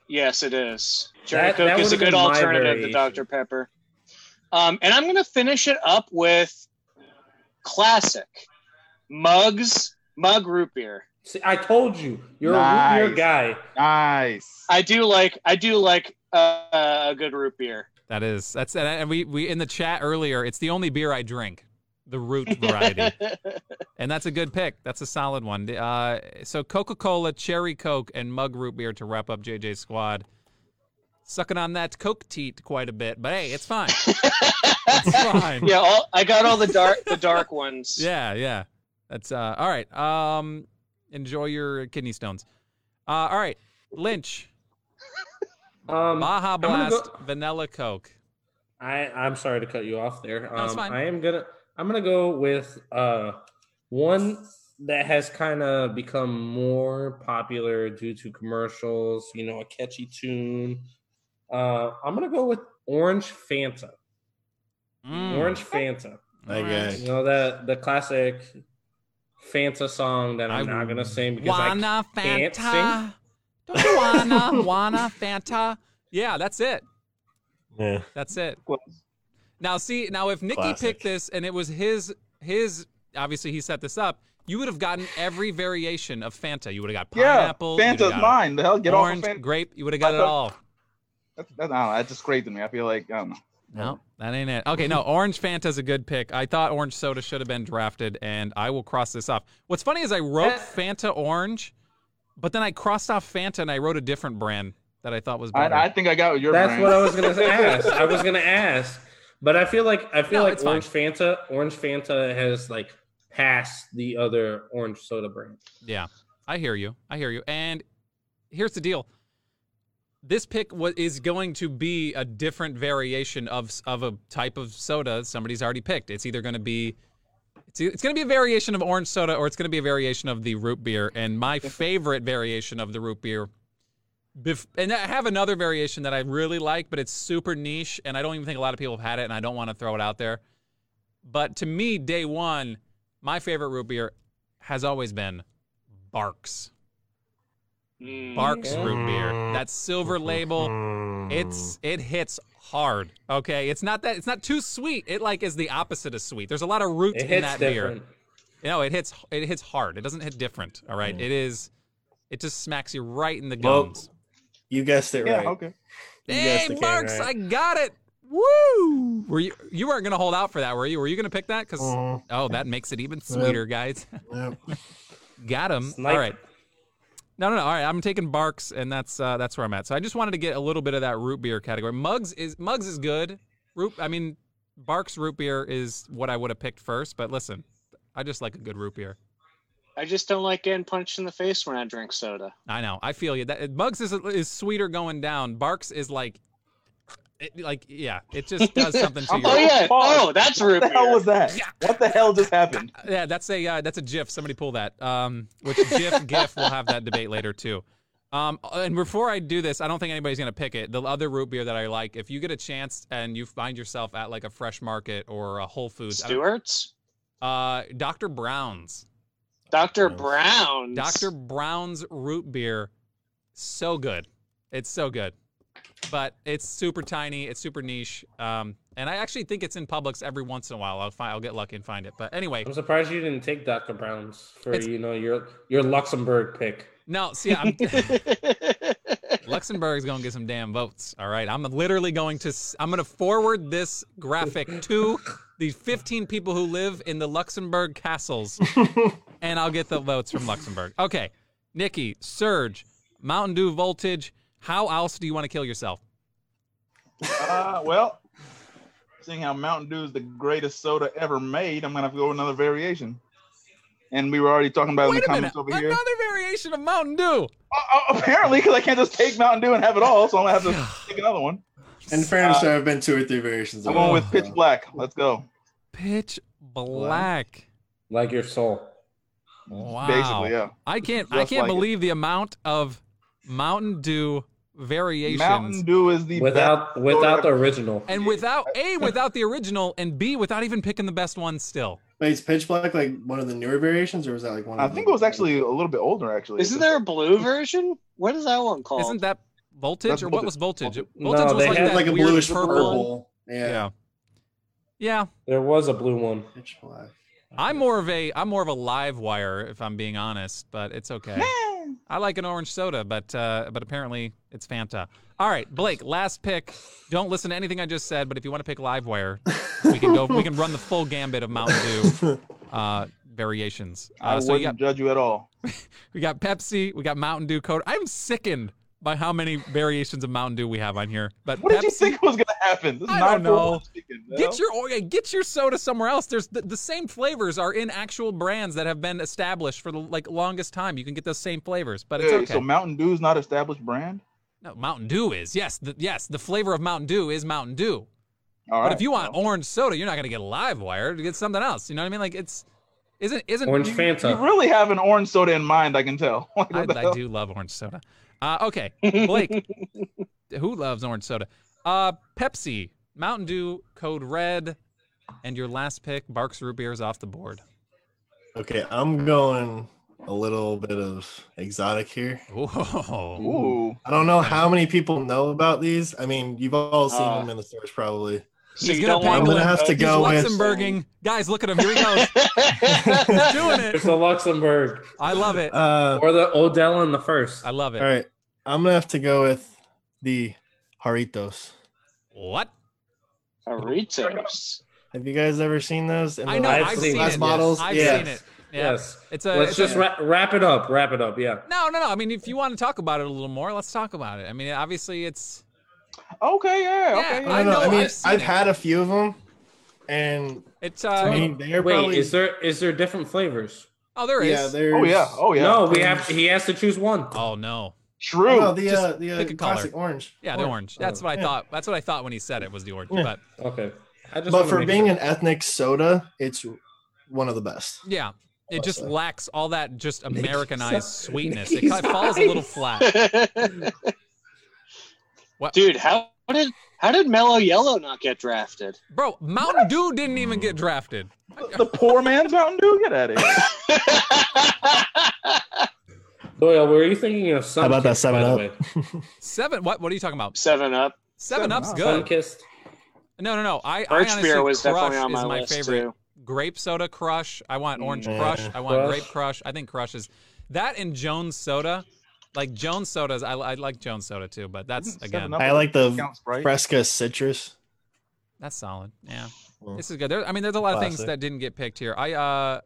Yes, it is. Cherry That- Coke that is a would've good been my alternative to variation. Dr. Pepper. Um, and I'm going to finish it up with classic mugs, mug root beer. See, I told you, you're a root Nice. beer guy. Nice. I do like I do like uh, a good root beer. that is. That's and we we in the chat earlier. It's the only beer I drink, the root variety. And that's a good pick. That's a solid one. Uh, so Coca Cola, Cherry Coke, and Mug Root Beer to wrap up JJ's squad. Sucking on that Coke teat quite a bit, but hey, it's fine. it's fine. [laughs] yeah, all, I got all the dark the dark ones. Yeah, yeah. That's uh, all right. Um, enjoy your kidney stones. Uh, all right, Lynch, Um, Baja I, gonna Blast, Vanilla Coke. I'm sorry to cut you off there. Um, No, it's fine. I am gonna I'm gonna go with uh one that has kind of become more popular due to commercials. You know, a catchy tune. Uh, I'm gonna go with Orange Fanta. Mm. Orange Fanta. That guy. You know that the classic Fanta song that I'm I not gonna sing because I Wanna can't Fanta. [laughs] Don't you wanna wanna Fanta? Yeah, that's it. Yeah. That's it. Close. Now see, now if Nikki Classic. picked this and it was his his obviously he set this up, you would have gotten every variation of Fanta. You would have got Yeah, pineapple, you would've Fanta's got mine. The hell, get off orange, of Fanta. grape, you would have got it all. That's, that's, I don't know, that just crazy to me. I feel like I don't know. No, that ain't it. Okay, no, orange Fanta's a good pick. I thought orange soda should have been drafted, and I will cross this off. What's funny is I wrote Fanta orange, but then I crossed off Fanta and I wrote a different brand that I thought was better. I, I think I got your That's brand. what I was gonna [laughs] ask. I was gonna ask, but I feel like I feel No, it's like fine. Orange Fanta, Orange Fanta has like passed the other orange soda brand. Yeah, I hear you. I hear you. And here's the deal: this pick wa is going to be a different variation of s- of a type of soda somebody's already picked. It's either going to be it's, e- it's going to be a variation of orange soda, or it's going to be a variation of the root beer. And my favorite variation of the root beer. Bef- and I have another variation that I really like, but it's super niche, and I don't even think a lot of people have had it, and I don't want to throw it out there. But to me, day one, my favorite root beer has always been Barks. Mm. Barks root beer. Mm. That silver label, it's it hits hard. Okay, it's not that it's not too sweet. It like is the opposite of sweet. There's a lot of root It in hits that different. beer. You know, it hits it hits hard. It doesn't hit different. All right, it is. It just smacks you right in the Mm. Well, gums. You guessed [laughs] it yeah, right. okay. you hey, guessed the game Barks, right. I got it. Woo! Were you you weren't gonna hold out for that, were you? Were you gonna pick that? Because Mhm. oh, that makes it even sweeter, guys. [laughs] Yep. Got him. Sniper. All right. No, no, no. All right, I'm taking Barks, and that's uh, that's where I'm at. So I just wanted to get a little bit of that root beer category. Mugs is Mugs is good. Root, I mean, Barks root beer is what I would have picked first. But listen, I just like a good root beer. I just don't like getting punched in the face when I drink soda. I know. I feel you. That Mugs is is sweeter going down. Barks is like, it, like yeah, it just [laughs] does something to I'm you. Oh yeah! Pause. Oh, that's What root the hell beer. was that? What the hell just happened? Yeah, that's a uh, that's a GIF. Somebody pull that. Um, which GIF GIF? We'll have that debate later too. Um, and before I do this, I don't think anybody's gonna pick it. The other root beer that I like, if you get a chance and you find yourself at like a fresh market or a Whole Foods, I don't- Stewart's, uh, Dr. Brown's, Dr. Yes. Brown's, Dr. Brown's root beer, so good. It's so good, but it's super tiny. It's super niche. Um, and I actually think it's in Publix every once in a while. I'll find I'll get lucky and find it. But [laughs] anyway, I'm surprised you didn't take Dr. Brown's for It's- you know your your Luxembourg pick. no, see, I'm. [laughs] [laughs] Luxembourg's gonna get some damn votes. All right, I'm literally going to s- I'm gonna forward this graphic to the 15 people who live in the Luxembourg castles, and I'll get the votes from Luxembourg. Okay, Nikki, Surge, Mountain Dew Voltage. How else do you want to kill yourself? Uh, well, seeing how Mountain Dew is the greatest soda ever made, I'm gonna have to go with another variation. And we were already talking about it in Wait the a minute, comments over another here. variation of Mountain Dew. Uh, uh, apparently, because I can't just take Mountain Dew and have it all, so I'm gonna have [sighs] to take another one. In fairness, there have been two or three variations. I'm of going it, with so. Pitch Black. Let's go. Pitch black. like your soul. Wow. Basically, yeah. I can't. I Just can't like it. believe the amount of Mountain Dew variations. Mountain Dew is the Without best without soda. the original. and without a without the original and b without even picking the best one still Wait, is Pitch Black like one of the newer variations, or was that like one? I of the- think it was actually a little bit older. Actually, Isn't there a blue version? What is that one called? isn't that voltage That's or what Voltage. was voltage voltage No, was they like, had that like a weird bluish purple, purple. Yeah. yeah yeah There was a blue one. Pitch Black. i'm more of a i'm more of a live wire if i'm being honest but it's okay i like an orange soda but uh but apparently it's fanta all right blake last pick don't listen to anything i just said but if you want to pick live wire we can go we can run the full gambit of mountain dew uh variations I uh, so wouldn't you got judge you at all. We got Pepsi. We got Mountain Dew Coda. I'm sickened by how many variations of Mountain Dew we have on here. But What did you Pepsi- think was gonna happen? This is I not don't know. Fool's Chicken, you know? Get your oh, yeah, get your soda somewhere else. There's the, the same flavors are in actual brands that have been established for the like longest time. You can get those same flavors, but it's Hey, okay. So Mountain Dew's not established brand. no, Mountain Dew is yes, the, yes. The flavor of Mountain Dew is Mountain Dew. All right. but if you want orange soda, you're not gonna get Live Wire. Get something else. You know what I mean? Like it's isn't isn't Orange you Fanta. really have an orange soda in mind, I can tell. [laughs] Like, uh, I, what the I hell? do love orange soda. Uh, okay, Blake, who loves orange soda? Uh, Pepsi, Mountain Dew, Code Red, and your last pick, Barks Root Beer, is off the board. Okay, I'm going a little bit of exotic here. Whoa. Ooh. I don't know how many people know about these. I mean, you've all seen Uh, them in the stores probably. So He's you gonna don't want pay one me. I'm gonna have to of He's go those? with- Luxembourging. Guys, look at him. Here he goes. [laughs] [laughs] He's doing There's it. the Luxembourg I love it. Uh, or the Odell in the first. I love all it. right, I'm gonna have to go with the Haritos. What? Doritos. Have you guys ever seen those? in I the know. last- I've seen seen last it. models. I've yeah. seen it. Yeah. Yes. It's a. Let's it's a- just wrap, wrap it up. Wrap it up. Yeah. no, no, no. I mean, if you want to talk about it a little more, let's talk about it. I mean, obviously, it's. Okay, yeah, Yeah, okay. I, Yeah. I don't know. know, I mean, I've I've, seen it. had a few of them, and It's. I Uh, mean, they're Wait, probably is there is there different flavors? oh, there yeah, is. there's Oh yeah, oh yeah. No, we have. He has to choose one. Oh no. True. no, the uh, Just the pick a uh, color. classic orange. Yeah, the orange. That's Oh, what I yeah. thought. That's what I thought when he said it was the orange. Yeah. But Okay. I But just wanna for make being sure. an ethnic soda, it's one of the best. yeah, it just Awesome. lacks all that just Americanized sweetness. It Nikki's kind of falls a little flat. [laughs] What? Dude, how did how did Mellow Yellow not get drafted? [laughs] Bro, Mountain Dew didn't even get drafted. the poor man's Mountain Dew. Get out of here. Doyle, were you thinking of sun? How about that Kissed, by the 7-Up? way? Seven. What? What are you talking about? Seven Up. Seven, Seven Up's Up. good. Sun kissed. No, no, no. I, I Birch honestly beer was Crush definitely on is my, my list favorite. too. Grape soda crush. I want orange Mm. crush. I want Crush. grape crush. I think crush is that and Jones soda. Like Jones sodas, I, I like Jones soda too, but that's Isn't again 7-Up I like the Count Sprite. Fresca citrus. that's solid. Yeah, Mm. this is good. There, I mean, there's a lot of things Classic. that didn't get picked here. I uh,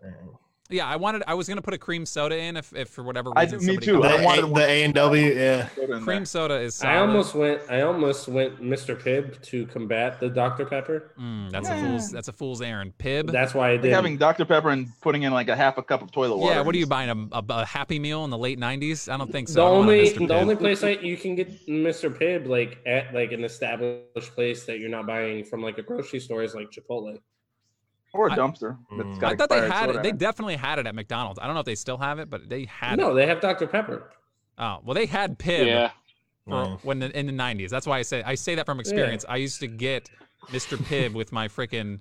Yeah, I wanted. I was gonna put a cream soda in if, if for whatever I reason. did- me somebody too. comes The up- I wanted A- one- the A and W, yeah. Soda in cream soda is. Solid. I almost went. I almost went Mr. Pibb to combat the Dr. Pepper. Mm, that's a Yeah. fool's. That's a fool's errand. Pib. That's why I there. Like did. having Dr Pepper and putting in like a half a cup of toilet water. yeah. What are you buying a, a, a Happy Meal in the late '90s? I don't think so. the I don't want a only Mr. the Pibb. only place that you can get Mr. Pibb like at like an established place that you're not buying from like a grocery store is like Chipotle. Or a I- dumpster. that's Mm. got I thought they expired had soda it. in They definitely had it at McDonald's. I don't know if they still have it, but they had No, it. they have Dr. Pepper. Oh well, they had Pib Yeah. for, Mm. when the, in the '90s. That's why I say I say that from experience. I used to get Mr. Pibb with my freaking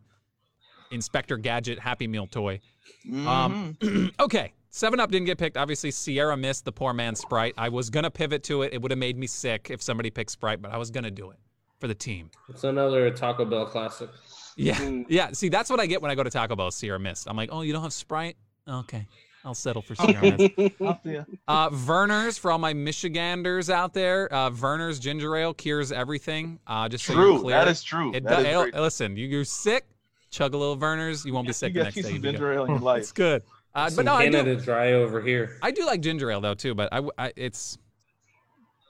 Inspector Gadget Happy Meal toy. Mm-hmm. Um, okay. Seven Up didn't get picked. Obviously, Sierra missed the poor man's Sprite. I was gonna pivot to it. It would have made me sick if somebody picked Sprite, but I was gonna do it for the team. It's another Taco Bell classic. Yeah, Mm. yeah. See, that's what I get when I go to Taco Bell. Sierra missed. I'm like, oh, you don't have Sprite? Okay, I'll settle for Sierra [laughs] missed. Hmm. Mhm. I'll see ya. Uh, Verner's for all my Michiganders out there. Uh, Verner's ginger ale cures everything. Uh, just so you're True. clear, That is true. It that does. is it'll- great. Listen, you, you're sick. Chug a little Verner's. You won't be sick you the got next pieces day. of You'll be good. ginger ale [laughs] in your It's life. good. Uh, but Some no, I do. Canada Dry over here. I do like ginger ale though too, but I, I- it's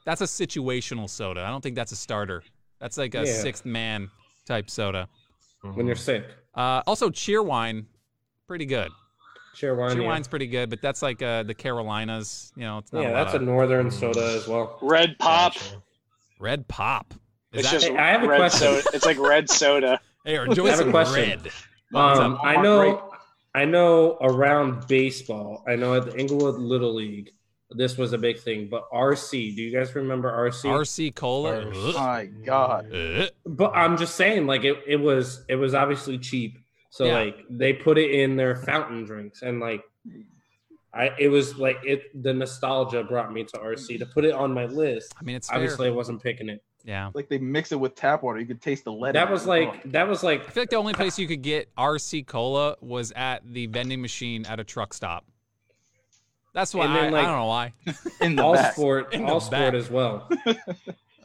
that's a situational soda. I don't think that's a starter. That's like a Yeah. sixth man type soda. Oh. When you're sick, Uh, also, cheerwine, pretty good. Cheerwine. Oh, yeah. Cheerwine's pretty good, but that's like uh, the Carolinas. You know, it's not a Yeah, lot that's a of- northern soda as well. [laughs] Red Pop. red pop. Is It's that, just Hey, I have a red question. soda. It's like red soda. hey, or enjoy I have a some question. red. What's Um, up? I know, I know. Around baseball, I know at the Inglewood Little League, this was a big thing. But RC, do you guys remember RC? RC Cola. Or- My God. Ugh. But I'm just saying, like it, it was, it was obviously cheap. So Yeah. like they put it in their fountain drinks, and like I, it was like it. The nostalgia brought me to RC to put it on my list. I mean, it's fair. Obviously, I wasn't picking it. Yeah. Like they mix it with tap water. You could taste the lead. in That it. was like, that was like I feel like the only place you could get RC Cola was at the vending machine at a truck stop. That's why And then, I, like- I don't know why. [laughs] in the all back. sport, In the all sport back. as well.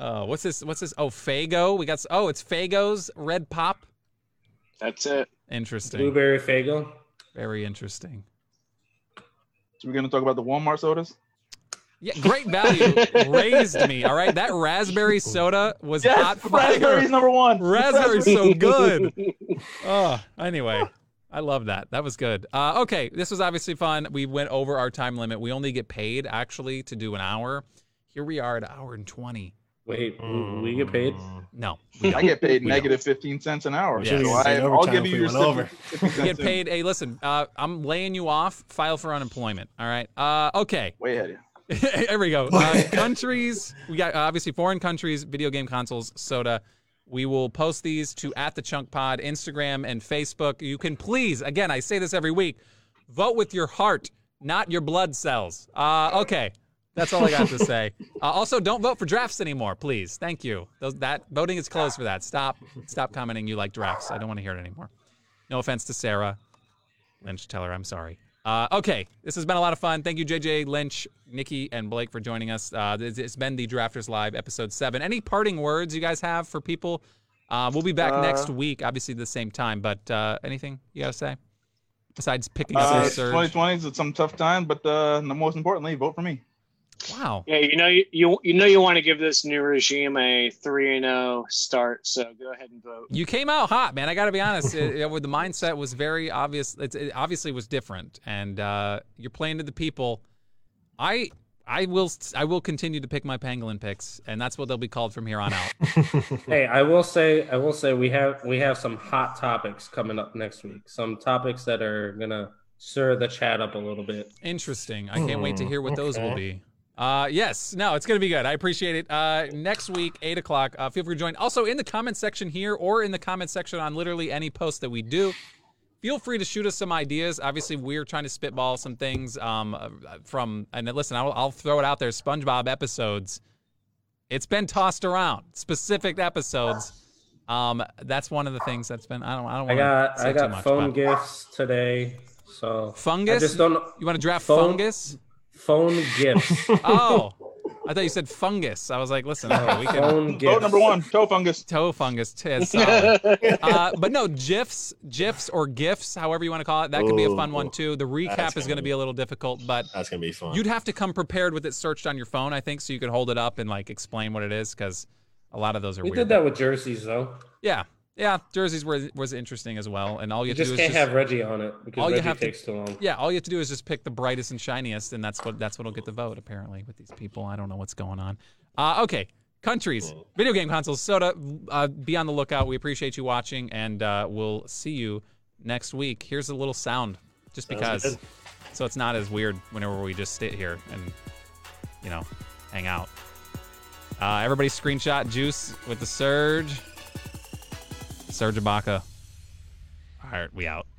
Uh, what's this? What's this? Oh, Fago. We got. s- Oh, it's Fago's Red Pop. That's it. Interesting. Blueberry Fago. Very interesting. So we're gonna talk about the Walmart sodas. Yeah, great value raised me. All right, that raspberry soda was hot Yes, fire. raspberries number one. Raspberry's so good. Oh, anyway, I love that. That was good. Uh, okay, this was obviously fun. We went over our time limit. We only get paid actually to do an hour. Here we are at an hour and twenty. Wait, w- we get paid. No, I get paid We negative fifteen cents an hour. We So should've gotten I, paid I'll overtime give if you we your went 50 50 over. You get cents in. paid. Hey, listen, uh, I'm laying you off. File for unemployment. All right. Uh, okay. [laughs] Way ahead of you. there we go. Uh, countries. We got uh, obviously foreign countries, video game consoles, soda. We will post these to at the Chunk Pod, Instagram and Facebook. You can please, again, I say this every week, vote with your heart, not your blood cells. Uh, okay, that's all I got to say. Uh, also, don't vote for drafts anymore, please. Thank you. Those, that voting is closed for that. Stop, stop commenting. You like drafts. I don't want to hear it anymore. No offense to Sarah Lynch. Tell her I'm sorry. Uh, okay, this has been a lot of fun. Thank you, JJ Lynch, Nikki, and Blake for joining us. Uh, it's- it's been the Drafters Live episode seven. Any parting words you guys have for people? Uh, we'll be back Uh, next week, obviously the same time. But uh, anything you gotta say besides picking up Uh, this surge? 2020 is some tough time, but uh, the most importantly, vote for me. Wow. Yeah, you know you you, you know you want to give this new regime a three and zero start. So go ahead and vote. You came out hot, man. I got to be honest. It- it- the mindset was very obvious. It, it obviously was different, and uh, you're playing to the people. I I will I will continue to pick my pangolin picks, and that's what they'll be called from here on out. Hey, I will say, I will say, we have we have some hot topics coming up next week. Some topics that are gonna stir the chat up a little bit. Interesting. I can't wait to Hmm, hear what those will okay. be. Uh, yes, no, it's going to be good. I appreciate it. Uh, next week, 8 o'clock, uh, feel free to join. Also, in the comment section here or in the comment section on literally any post that we do, feel free to shoot us some ideas. Obviously, we're trying to spitball some things um, uh, from, and then, listen, I'll, I'll throw it out there SpongeBob episodes. It's been tossed around, specific episodes. Um, that's one of the things that's been, I don't, I don't I want got say I too much, got phone but- gifts today, so I Fungus? just don't you want to draft phone- fungus? [laughs] phone gifts. Oh, I thought you said fungus. I was like, listen, oh, we can phone gifts. Vote number one, toe fungus. toe fungus. T- [laughs] it's solid. uh, but no, gifs, gifs or gifs, however you want to call it. That could be a fun Ooh. Oh, one too. The recap That's is going to gonna be a little difficult, but [laughs] That's gonna be fun. you'd have to come prepared with it searched on your phone, I think, so you could hold it up and like explain what it is because a lot of those are We weird. did that with jerseys though. Yeah, yeah. Jerseys were was interesting as well, and all you You have just to do is can't just have Reggie on it because All you Reggie have to- takes too long. yeah, all you have to do is just pick the brightest and shiniest, and that's what that's what'll get the vote. Apparently, with these people, I don't know what's going on. Uh, okay, countries, video game consoles, soda. Uh, be on the lookout. We appreciate you watching, and uh, we'll see you next week. Here's a little sound, just Sounds because, good. so it's not as weird whenever we just sit here and you know hang out. Uh, everybody, screenshot juice with the surge. Surge Ibaka. All right, we out.